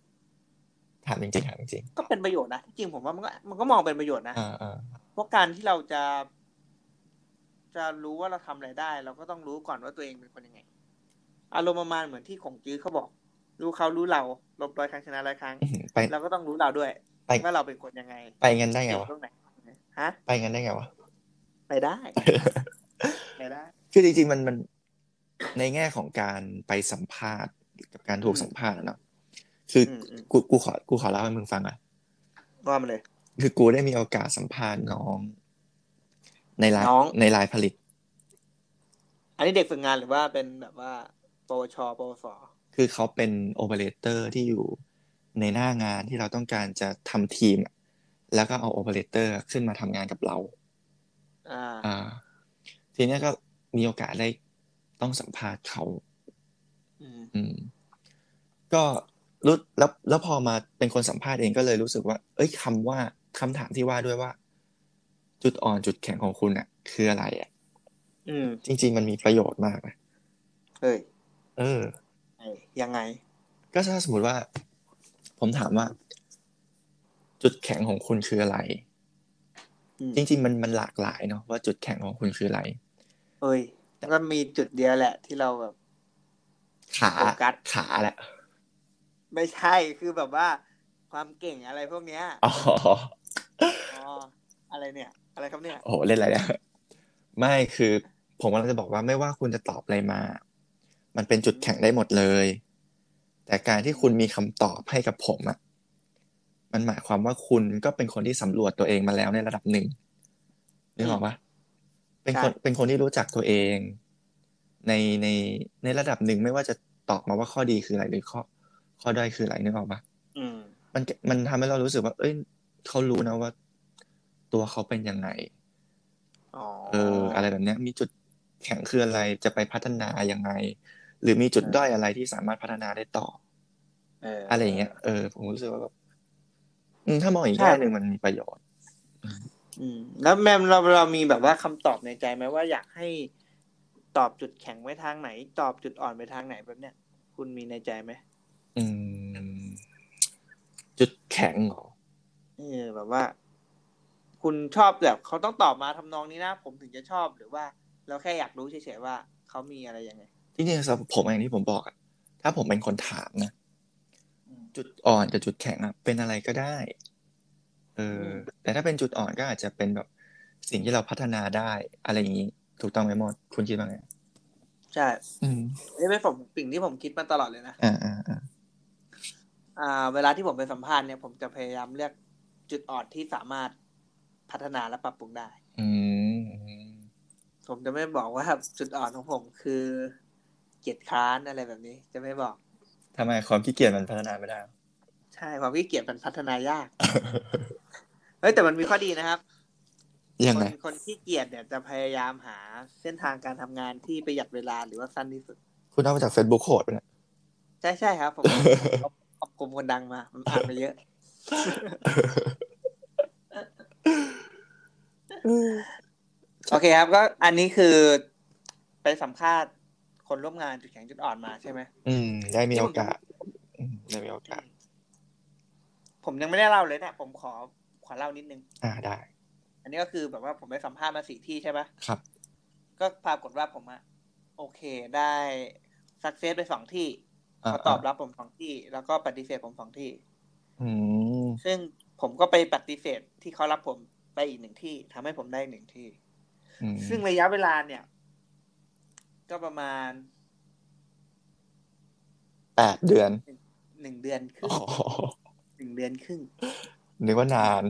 Speaker 1: ถามจริงๆถามจริง
Speaker 2: ก็เป็นประโยชน์นะที่จริงผมว่ามันก็มันก็มองเป็นประโยชน์นะ
Speaker 1: ๆอ่าอ่า
Speaker 2: เพราะการที่เราจะ จะรู้ว่าเราทำอะไรได้ เราก็ต้องรู้ก่อนว่าตัวเองเป็นคนยังไง อารมณ์ประมาณเหมือนที่ของจื้อเขาบอก รู้เขารู้เราลบร้อยครั้งชนะร้อยครั้ง
Speaker 1: อื้อหือไป
Speaker 2: เราก็ต้องรู้เราด้วย
Speaker 1: ไป
Speaker 2: ว่าเราเป็นคนยังไง
Speaker 1: ไปกันได้ไง
Speaker 2: เกี่ยว
Speaker 1: วะ
Speaker 2: ตรงไหนฮะ
Speaker 1: ไปกันได้ไงวะ
Speaker 2: ไป ได้ ไปได้
Speaker 1: คือจริงๆมันมันในแง่ของการไปสัมภาษณ์กับการถูกสัมภาษณ์อะเนาะคืออ
Speaker 2: มอืม
Speaker 1: กูกูขอกูขอเล่าให้มึงฟังอ่ะ
Speaker 2: ว่ามาเลย
Speaker 1: คือกูได้มีโอกาสสัมภาษณ์น้อง ในราย
Speaker 2: น้อง
Speaker 1: ในรายผลิต
Speaker 2: อันนี้เด็กฝึกงานหรือว่าเป็นแบบว่า ปวช ปวส
Speaker 1: คือเขาเป็นโอเปอเรเตอร์ที่อยู่ในหน้างานที่เราต้องการจะทำทีมอะแล้วก็เอาโอเปอเรเตอร์ขึ้นมาทำงานกับเรา
Speaker 2: อ่า
Speaker 1: อ่า ทีเนี้ยก็มีโอกาสได้ต้องสัมภาษณ์เขา
Speaker 2: อืม
Speaker 1: อืมก็รู้แล้วแล้วพอมาเป็นคนสัมภาษณ์เองก็เลยรู้สึกว่า เอ้ยคำว่าคำถามที่ว่าด้วยว่า จุดอ่อนจุดแข็งของคุณอ่ะ คืออะไรอ่ะ
Speaker 2: อืม
Speaker 1: จริง ๆ มันมีประโยชน์มากนะ
Speaker 2: เฮ้ย
Speaker 1: เออ
Speaker 2: ไอ้ยังไง
Speaker 1: ก็ถ้าสมมติว่า ผมถามว่า จุดแข็งของคุณคืออะไร
Speaker 2: อืม
Speaker 1: จริง ๆ มันมันหลากหลายเนาะว่าจุดแข็งของคุณคืออะไร
Speaker 2: เอ้ยก็มีจุดเดียวแหละ ที่เราแบบ
Speaker 1: ขา
Speaker 2: โฟกัส
Speaker 1: ขาแหละ
Speaker 2: ไม่ใช่คือแบบว่า ความเก่งอะไรพวกเนี้ย
Speaker 1: อ๋อ
Speaker 2: อ๋ออะไรเนี่ย อะไรครับเนี่ย
Speaker 1: โอ้โหเล่นอะไรเนี่ยไม่คือ ผมกำลังจะบอกว่าไม่ว่าคุณจะตอบอะไรมา มันเป็นจุดแข็งได้หมดเลย แต่การที่คุณมีคำตอบให้กับผมอะมันหมายความว่าคุณก็เป็นคนที่สำรวจตัวเองมาแล้วในระดับหนึ่งนึกออกปะเป็นคน
Speaker 2: ใช่
Speaker 1: เป็นคนที่รู้จักตัวเอง ในในในระดับหนึ่งไม่ว่าจะตอบมาว่าข้อดีคืออะไรหรือข้อ ข้อด้อยคืออะไรนึกออกปะ
Speaker 2: อืม
Speaker 1: มันมันทำให้เรารู้สึกว่า เอ้ยเขารู้นะว่า ตัวเขาเป็นยังไง
Speaker 2: อ๋อ
Speaker 1: เออ อะไรแบบเนี้ย มีจุดแข็งคืออะไร จะไปพัฒนายังไง หรือมีจุดด้อยอะไรที่สามารถพัฒนาได้ต่อ
Speaker 2: เ
Speaker 1: อะไรอย่างเงี้ย เออ ผมรู้สึกว่าแบบอืมถ้ามองอีก
Speaker 2: ใช่
Speaker 1: แง่หนึ่งมันมีประโยชน์
Speaker 2: อืม แล้วแมมเราเรามีแบบว่าคำตอบในใจไหมว่าอยากให้ตอบจุดแข็งไว้ทางไหน ตอบจุดอ่อนไปทางไหนแบบเนี้ยคุณมีในใจไหม
Speaker 1: อืม จุดแข็งเหรอ
Speaker 2: เออแบบว่า คุณชอบแบบเขาต้องตอบมาทำนองนี้นะผมถึงจะชอบหรือว่า เราแค่อยากรู้เฉยๆว่าเขามีอะไรยังไง
Speaker 1: จริงๆสำหรับผมอย่างที่ผมบอกอะถ้าผมเป็นคนถามนะ
Speaker 2: อืม
Speaker 1: จุดอ่อนกับจุดแข็งอะเป็นอะไรก็ได้ เออ แต่ถ้าเป็นจุดอ่อนก็อาจจะเป็นแบบสิ่งที่เราพัฒนาได้ อะไรอย่างนี้ ถูกต้องไหมหมด คุณคิดว่าไง
Speaker 2: ใช่
Speaker 1: อืม
Speaker 2: นี่เป็นผมสิ่งที่ผมคิดมาตลอดเลยนะ
Speaker 1: อ่าอ่าอ่า
Speaker 2: อ่าเวลาที่ผมไปสัมภาษณ์เนี่ยผมจะพยายามเลือกจุดอ่อนที่สามารถพัฒนาและปรับปรุงได้
Speaker 1: อืม
Speaker 2: ผมจะไม่บอกว่าจุดอ่อนของผมคือเกียจคร้านอะไรแบบนี้ จะไม่บอก
Speaker 1: ทำไมความขี้เกียจมันพัฒนาไม่ได้หรอ
Speaker 2: ใช่ความขี้เกียจมันพัฒนายาก เฮ้ยแต่มันมีข้อดีนะครับ
Speaker 1: ยัง
Speaker 2: ค
Speaker 1: ไง
Speaker 2: นคนขี้เกียจเนี่ยจะพยายามหาเส้นทางการทำงานที่ประหยัดเวลาหรือว่าสั้นที่สุด
Speaker 1: คุณเอามาจาก Facebook โคดไปะเนี่ย
Speaker 2: ใช่ใช่ครับ ผม ขอบขอบกลุ่มคนดังมาผมอ่านมาเยอะ โอเคครับ ก็อันนี้คือไปสัมภาษณ์คนร่วมงานจุดแข็งจุดอ่อนมาใช่ไหม
Speaker 1: อืม ได้มีโอกาสอืมได้มีโอกาส
Speaker 2: ผมยังไม่ได้เล่าเลยเนี่ยผมขอขอเล่านิดนึง
Speaker 1: อ่าได้
Speaker 2: อันนี้ก็คือแบบว่าผมไปสัมภาษณ์มาสี่ที่ใช่ปะ
Speaker 1: ครับ
Speaker 2: ก็ปรากฏว่าผมอะโอเคได้สักเซสไปสองที่
Speaker 1: อ่า
Speaker 2: เขาตอบรับผมสองที่ แล้วก็ปฏิเสธผมสองที่
Speaker 1: อืม
Speaker 2: ซึ่งผมก็ไปปฏิเสธที่เขารับผมไปอีกหนึ่งที่ทำให้ผมได้หนึ่งที่
Speaker 1: อืม
Speaker 2: ซึ่งระยะเวลาเนี่ย ก็ประมาณ
Speaker 1: แปดเดือน
Speaker 2: หนึ่งเดือนครึ่
Speaker 1: อ๋
Speaker 2: ง
Speaker 1: อ
Speaker 2: หนึ่งเดือนครึ่ง
Speaker 1: นึกว่านาน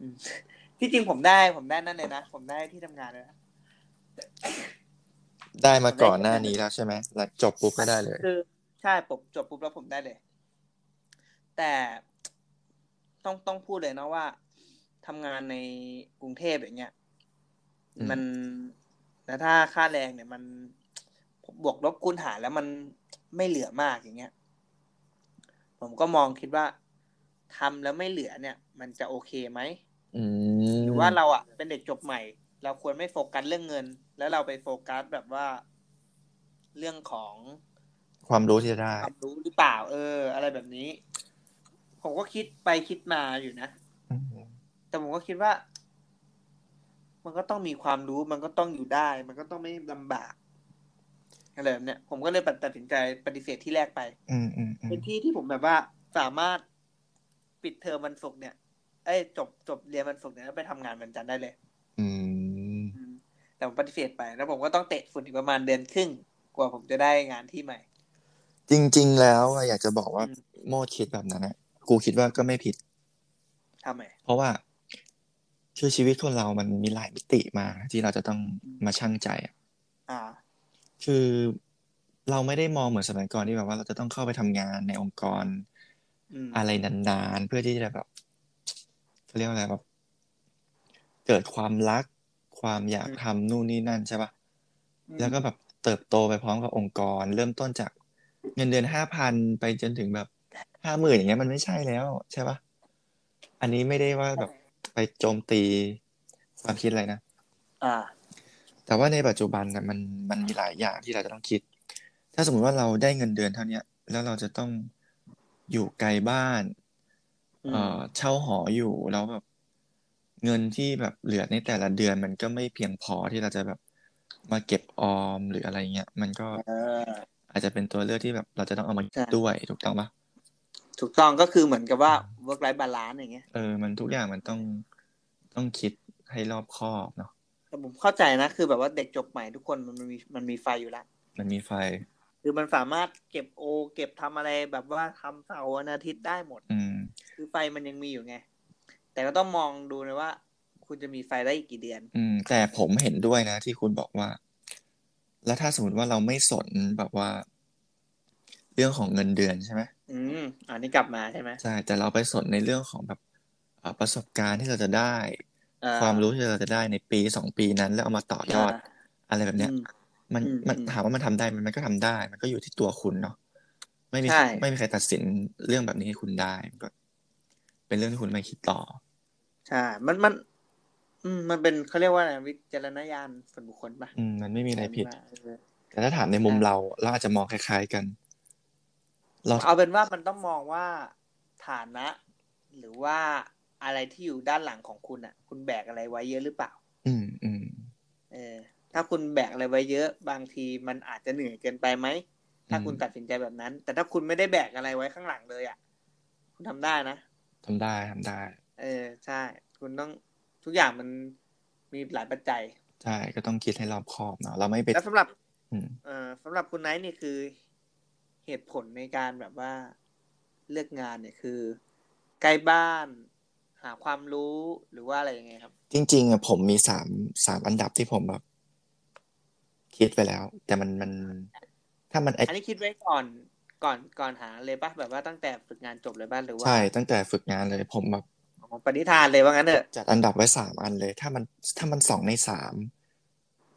Speaker 2: อืมที่จริงผมได้ ผมได้นั่นเลยนะ ผมได้ที่ทำงานเลยนะ
Speaker 1: ได้มาก่อนหน้านี้แล้วใช่ไหมแล้วจบปุ๊บก็ได้เลย
Speaker 2: คือใช่ผมจบปุ๊บแล้วผมได้เลย แต่ต้องต้องพูดเลยนะว่าทำงานในกรุงเทพอย่างเงี้ย
Speaker 1: อืม
Speaker 2: มันแล้วถ้าค่าแรงเนี่ยมันบวกลบคูณหารแล้วมันไม่เหลือมากอย่างเงี้ย ผมก็มองคิดว่าทำแล้วไม่เหลือเนี่ย มันจะโอเคไหม
Speaker 1: อืม
Speaker 2: หรือว่าเราอ่ะเป็นเด็กจบใหม่ เราควรไม่โฟกัสเรื่องเงิน แล้วเราไปโฟกัสแบบว่า เรื่องของ
Speaker 1: ความรู้ที่จะได้
Speaker 2: ความรู้หรือเปล่า เออ อะไรแบบนี้ ผมก็คิดไปคิดมาอยู่นะ
Speaker 1: อืม
Speaker 2: แต่ผมก็คิดว่า มันก็ต้องมีความรู้มันก็ต้องอยู่ได้ มันก็ต้องไม่ลำบากอะไรแบบเนี้ยผมก็เลยตัดสินใจปฏิเสธที่แรกไป
Speaker 1: อืมอืมอื
Speaker 2: เป็น
Speaker 1: ม
Speaker 2: ที่ที่ผมแบบว่าสามารถปิดเทอมวันศุกร์เนี่ยเอ้ยจบจบเรียนวันศุกร์เนี่ยแล้วไปทำงานวันจันทร์ได้เลย
Speaker 1: อืม
Speaker 2: อืมแต่ผมปฏิเสธไป แล้วผมก็ต้องเตะฝุ่นอีกประมาณเดือนครึ่งกว่าผมจะได้งานที่ใหม่
Speaker 1: จริง ๆ แล้วอะอยากจะบอกว่า
Speaker 2: อืม
Speaker 1: โมดคิดแบบนั้นนะกูคิดว่าก็ไม่ผิด
Speaker 2: ทำไม
Speaker 1: เพราะว่าคือชีวิตคนเรามันมีหลายมิติมากนะที่เราจะต้องมาชั่งใจอะ
Speaker 2: อ่า
Speaker 1: คือเราไม่ได้มองเหมือนสมัยก่อนที่แบบว่าเราจะต้องเข้าไปทำงานในองค์กร
Speaker 2: อืม
Speaker 1: อะไรนานๆ เพื่อที่จะแบบเขาเรียกว่าอะไรแบบ เกิดความรัก ความอยากทำนู่นนี่นั่นใช่ปะ
Speaker 2: อืม
Speaker 1: แล้วก็แบบเติบโตไปพร้อมกับองค์กร เริ่มต้นจากเงินเดือนห้าพันไปจนถึงแบบห้าหมื่นอย่างเงี้ยมันไม่ใช่แล้วใช่ปะอันนี้ไม่ได้ว่าแบบไปโจมตีความคิดอะไรนะ
Speaker 2: อ่า
Speaker 1: แต่ว่าในปัจจุบันน่ะมันมันมีหลายอย่างที่เราจะต้องคิด ถ้าสมมติว่าเราได้เงินเดือนเท่าเนี้ย แล้วเราจะต้องอยู่ไกลบ้าน
Speaker 2: อืม
Speaker 1: เอ่อเช่าหออยู่แล้วแบบ เงินที่แบบเหลือในแต่ละเดือนมันก็ไม่เพียงพอที่เราจะแบบมาเก็บออมหรืออะไรเงี้ยมันก็
Speaker 2: เออ
Speaker 1: อาจจะเป็นตัวเลือกที่แบบเราจะต้องเอามาคิด
Speaker 2: ใช่
Speaker 1: ด้วยถูกต้องปะ
Speaker 2: ถูกต้องก็คือเหมือนกับว่า work life balance อย่างเงี้ย
Speaker 1: เออ มันทุกอย่างมันต้องต้องคิดให้รอบคอบเนาะ
Speaker 2: แต่ผมเข้าใจนะ คือแบบว่าเด็กจบใหม่ทุกคนมันมีมันมีไฟอยู่แล้ว
Speaker 1: มันมีไฟ
Speaker 2: คือมันสามารถเก็บโอ เก็บทำอะไรแบบว่าทำเสาร์วันอาทิตย์ได้หมด
Speaker 1: อืม
Speaker 2: คือไฟมันยังมีอยู่ไง แต่ก็ต้องมองดูนะว่า คุณจะมีไฟได้อีกกี่เดือน
Speaker 1: อืมแต่ผมเห็นด้วยนะที่คุณบอกว่า แล้วถ้าสมมติว่าเราไม่สนแบบว่า เรื่องของเงินเดือนใช่ไหม
Speaker 2: อืมอันนี้กลับมาใช่ไหม
Speaker 1: ใช่ แต่เราไปสนในเรื่องของแบบเอ่อประสบการณ์ที่เราจะได้
Speaker 2: เอ่อ
Speaker 1: ความรู้ที่เราจะได้ในปีสองปีนั้น แล้วเอามาต่อยอด
Speaker 2: า
Speaker 1: อะไรแบบเนี้ย
Speaker 2: อืม
Speaker 1: มัน
Speaker 2: อืม
Speaker 1: มัน
Speaker 2: อืม
Speaker 1: ถามว่ามันทำได้ไหมมันก็ทำได้ มันก็อยู่ที่ตัวคุณเนาะไม่มี
Speaker 2: ใช่
Speaker 1: ไม่มีใครตัดสินเรื่องแบบนี้ให้คุณได้มันก็ เป็นเรื่องที่คุณไม่คิดต่อ
Speaker 2: ใช่ มันมัน อืม มันเป็นเขาเรียกว่าอะไรวิจารณญาณส่วนบุคคลปะ
Speaker 1: อืมมันไม่มีอะไรผิด
Speaker 2: ว่าเออ
Speaker 1: แต่ถ้าถามในมุม
Speaker 2: ใช่
Speaker 1: เราเราอาจจะมองคล้าย ๆกัน เรา
Speaker 2: เอาเป็นว่ามันต้องมองว่าฐานะ หรือว่าอะไรที่อยู่ด้านหลังของคุณอ่ะ คุณแบกอะไรไว้เยอะหรือเปล่า
Speaker 1: อืมอืม
Speaker 2: เออ ถ้าคุณแบกอะไรไว้เยอะบางทีมันอาจจะเหนื่อยเกินไปไหมถ้าคุณตัดสินใจแบบนั้น แต่ถ้าคุณไม่ได้แบกอะไรไว้ข้างหลังเลยอ่ะ คุณทำได้นะ
Speaker 1: ทำได้ทำได้
Speaker 2: เออ ใช่ คุณต้องทุกอย่างมันมีหลายปัจจัย
Speaker 1: ใช่ก็ต้องคิดให้รอบคอบเนาะเราไม่ไป
Speaker 2: แล้วสำหรับ
Speaker 1: อืม
Speaker 2: เอ่อสำหรับคุณไนท์เนี่ยคือเหตุผลในการแบบว่าเลือกงานเนี่ยคือ ใกล้บ้าน หาความรู้หรือว่าอะไรยังไงครับ
Speaker 1: จริงๆอะผมมีสามสามอันดับที่ผมแบบ คิดไปแล้ว แต่มันมัน ถ้ามันไอ
Speaker 2: อันนี้คิดไว้ก่อนก่อนก่อนหาเลยปะแบบว่าตั้งแต่ฝึกงานจบเลยปะหรือว่า
Speaker 1: ใช่ตั้งแต่ฝึกงานเลย ผมแบบ
Speaker 2: ของปณิธานเลยว่างั้นเถอะ
Speaker 1: จัดอันดับไว้สามอันเลย ถ้ามันถ้ามันสองในสาม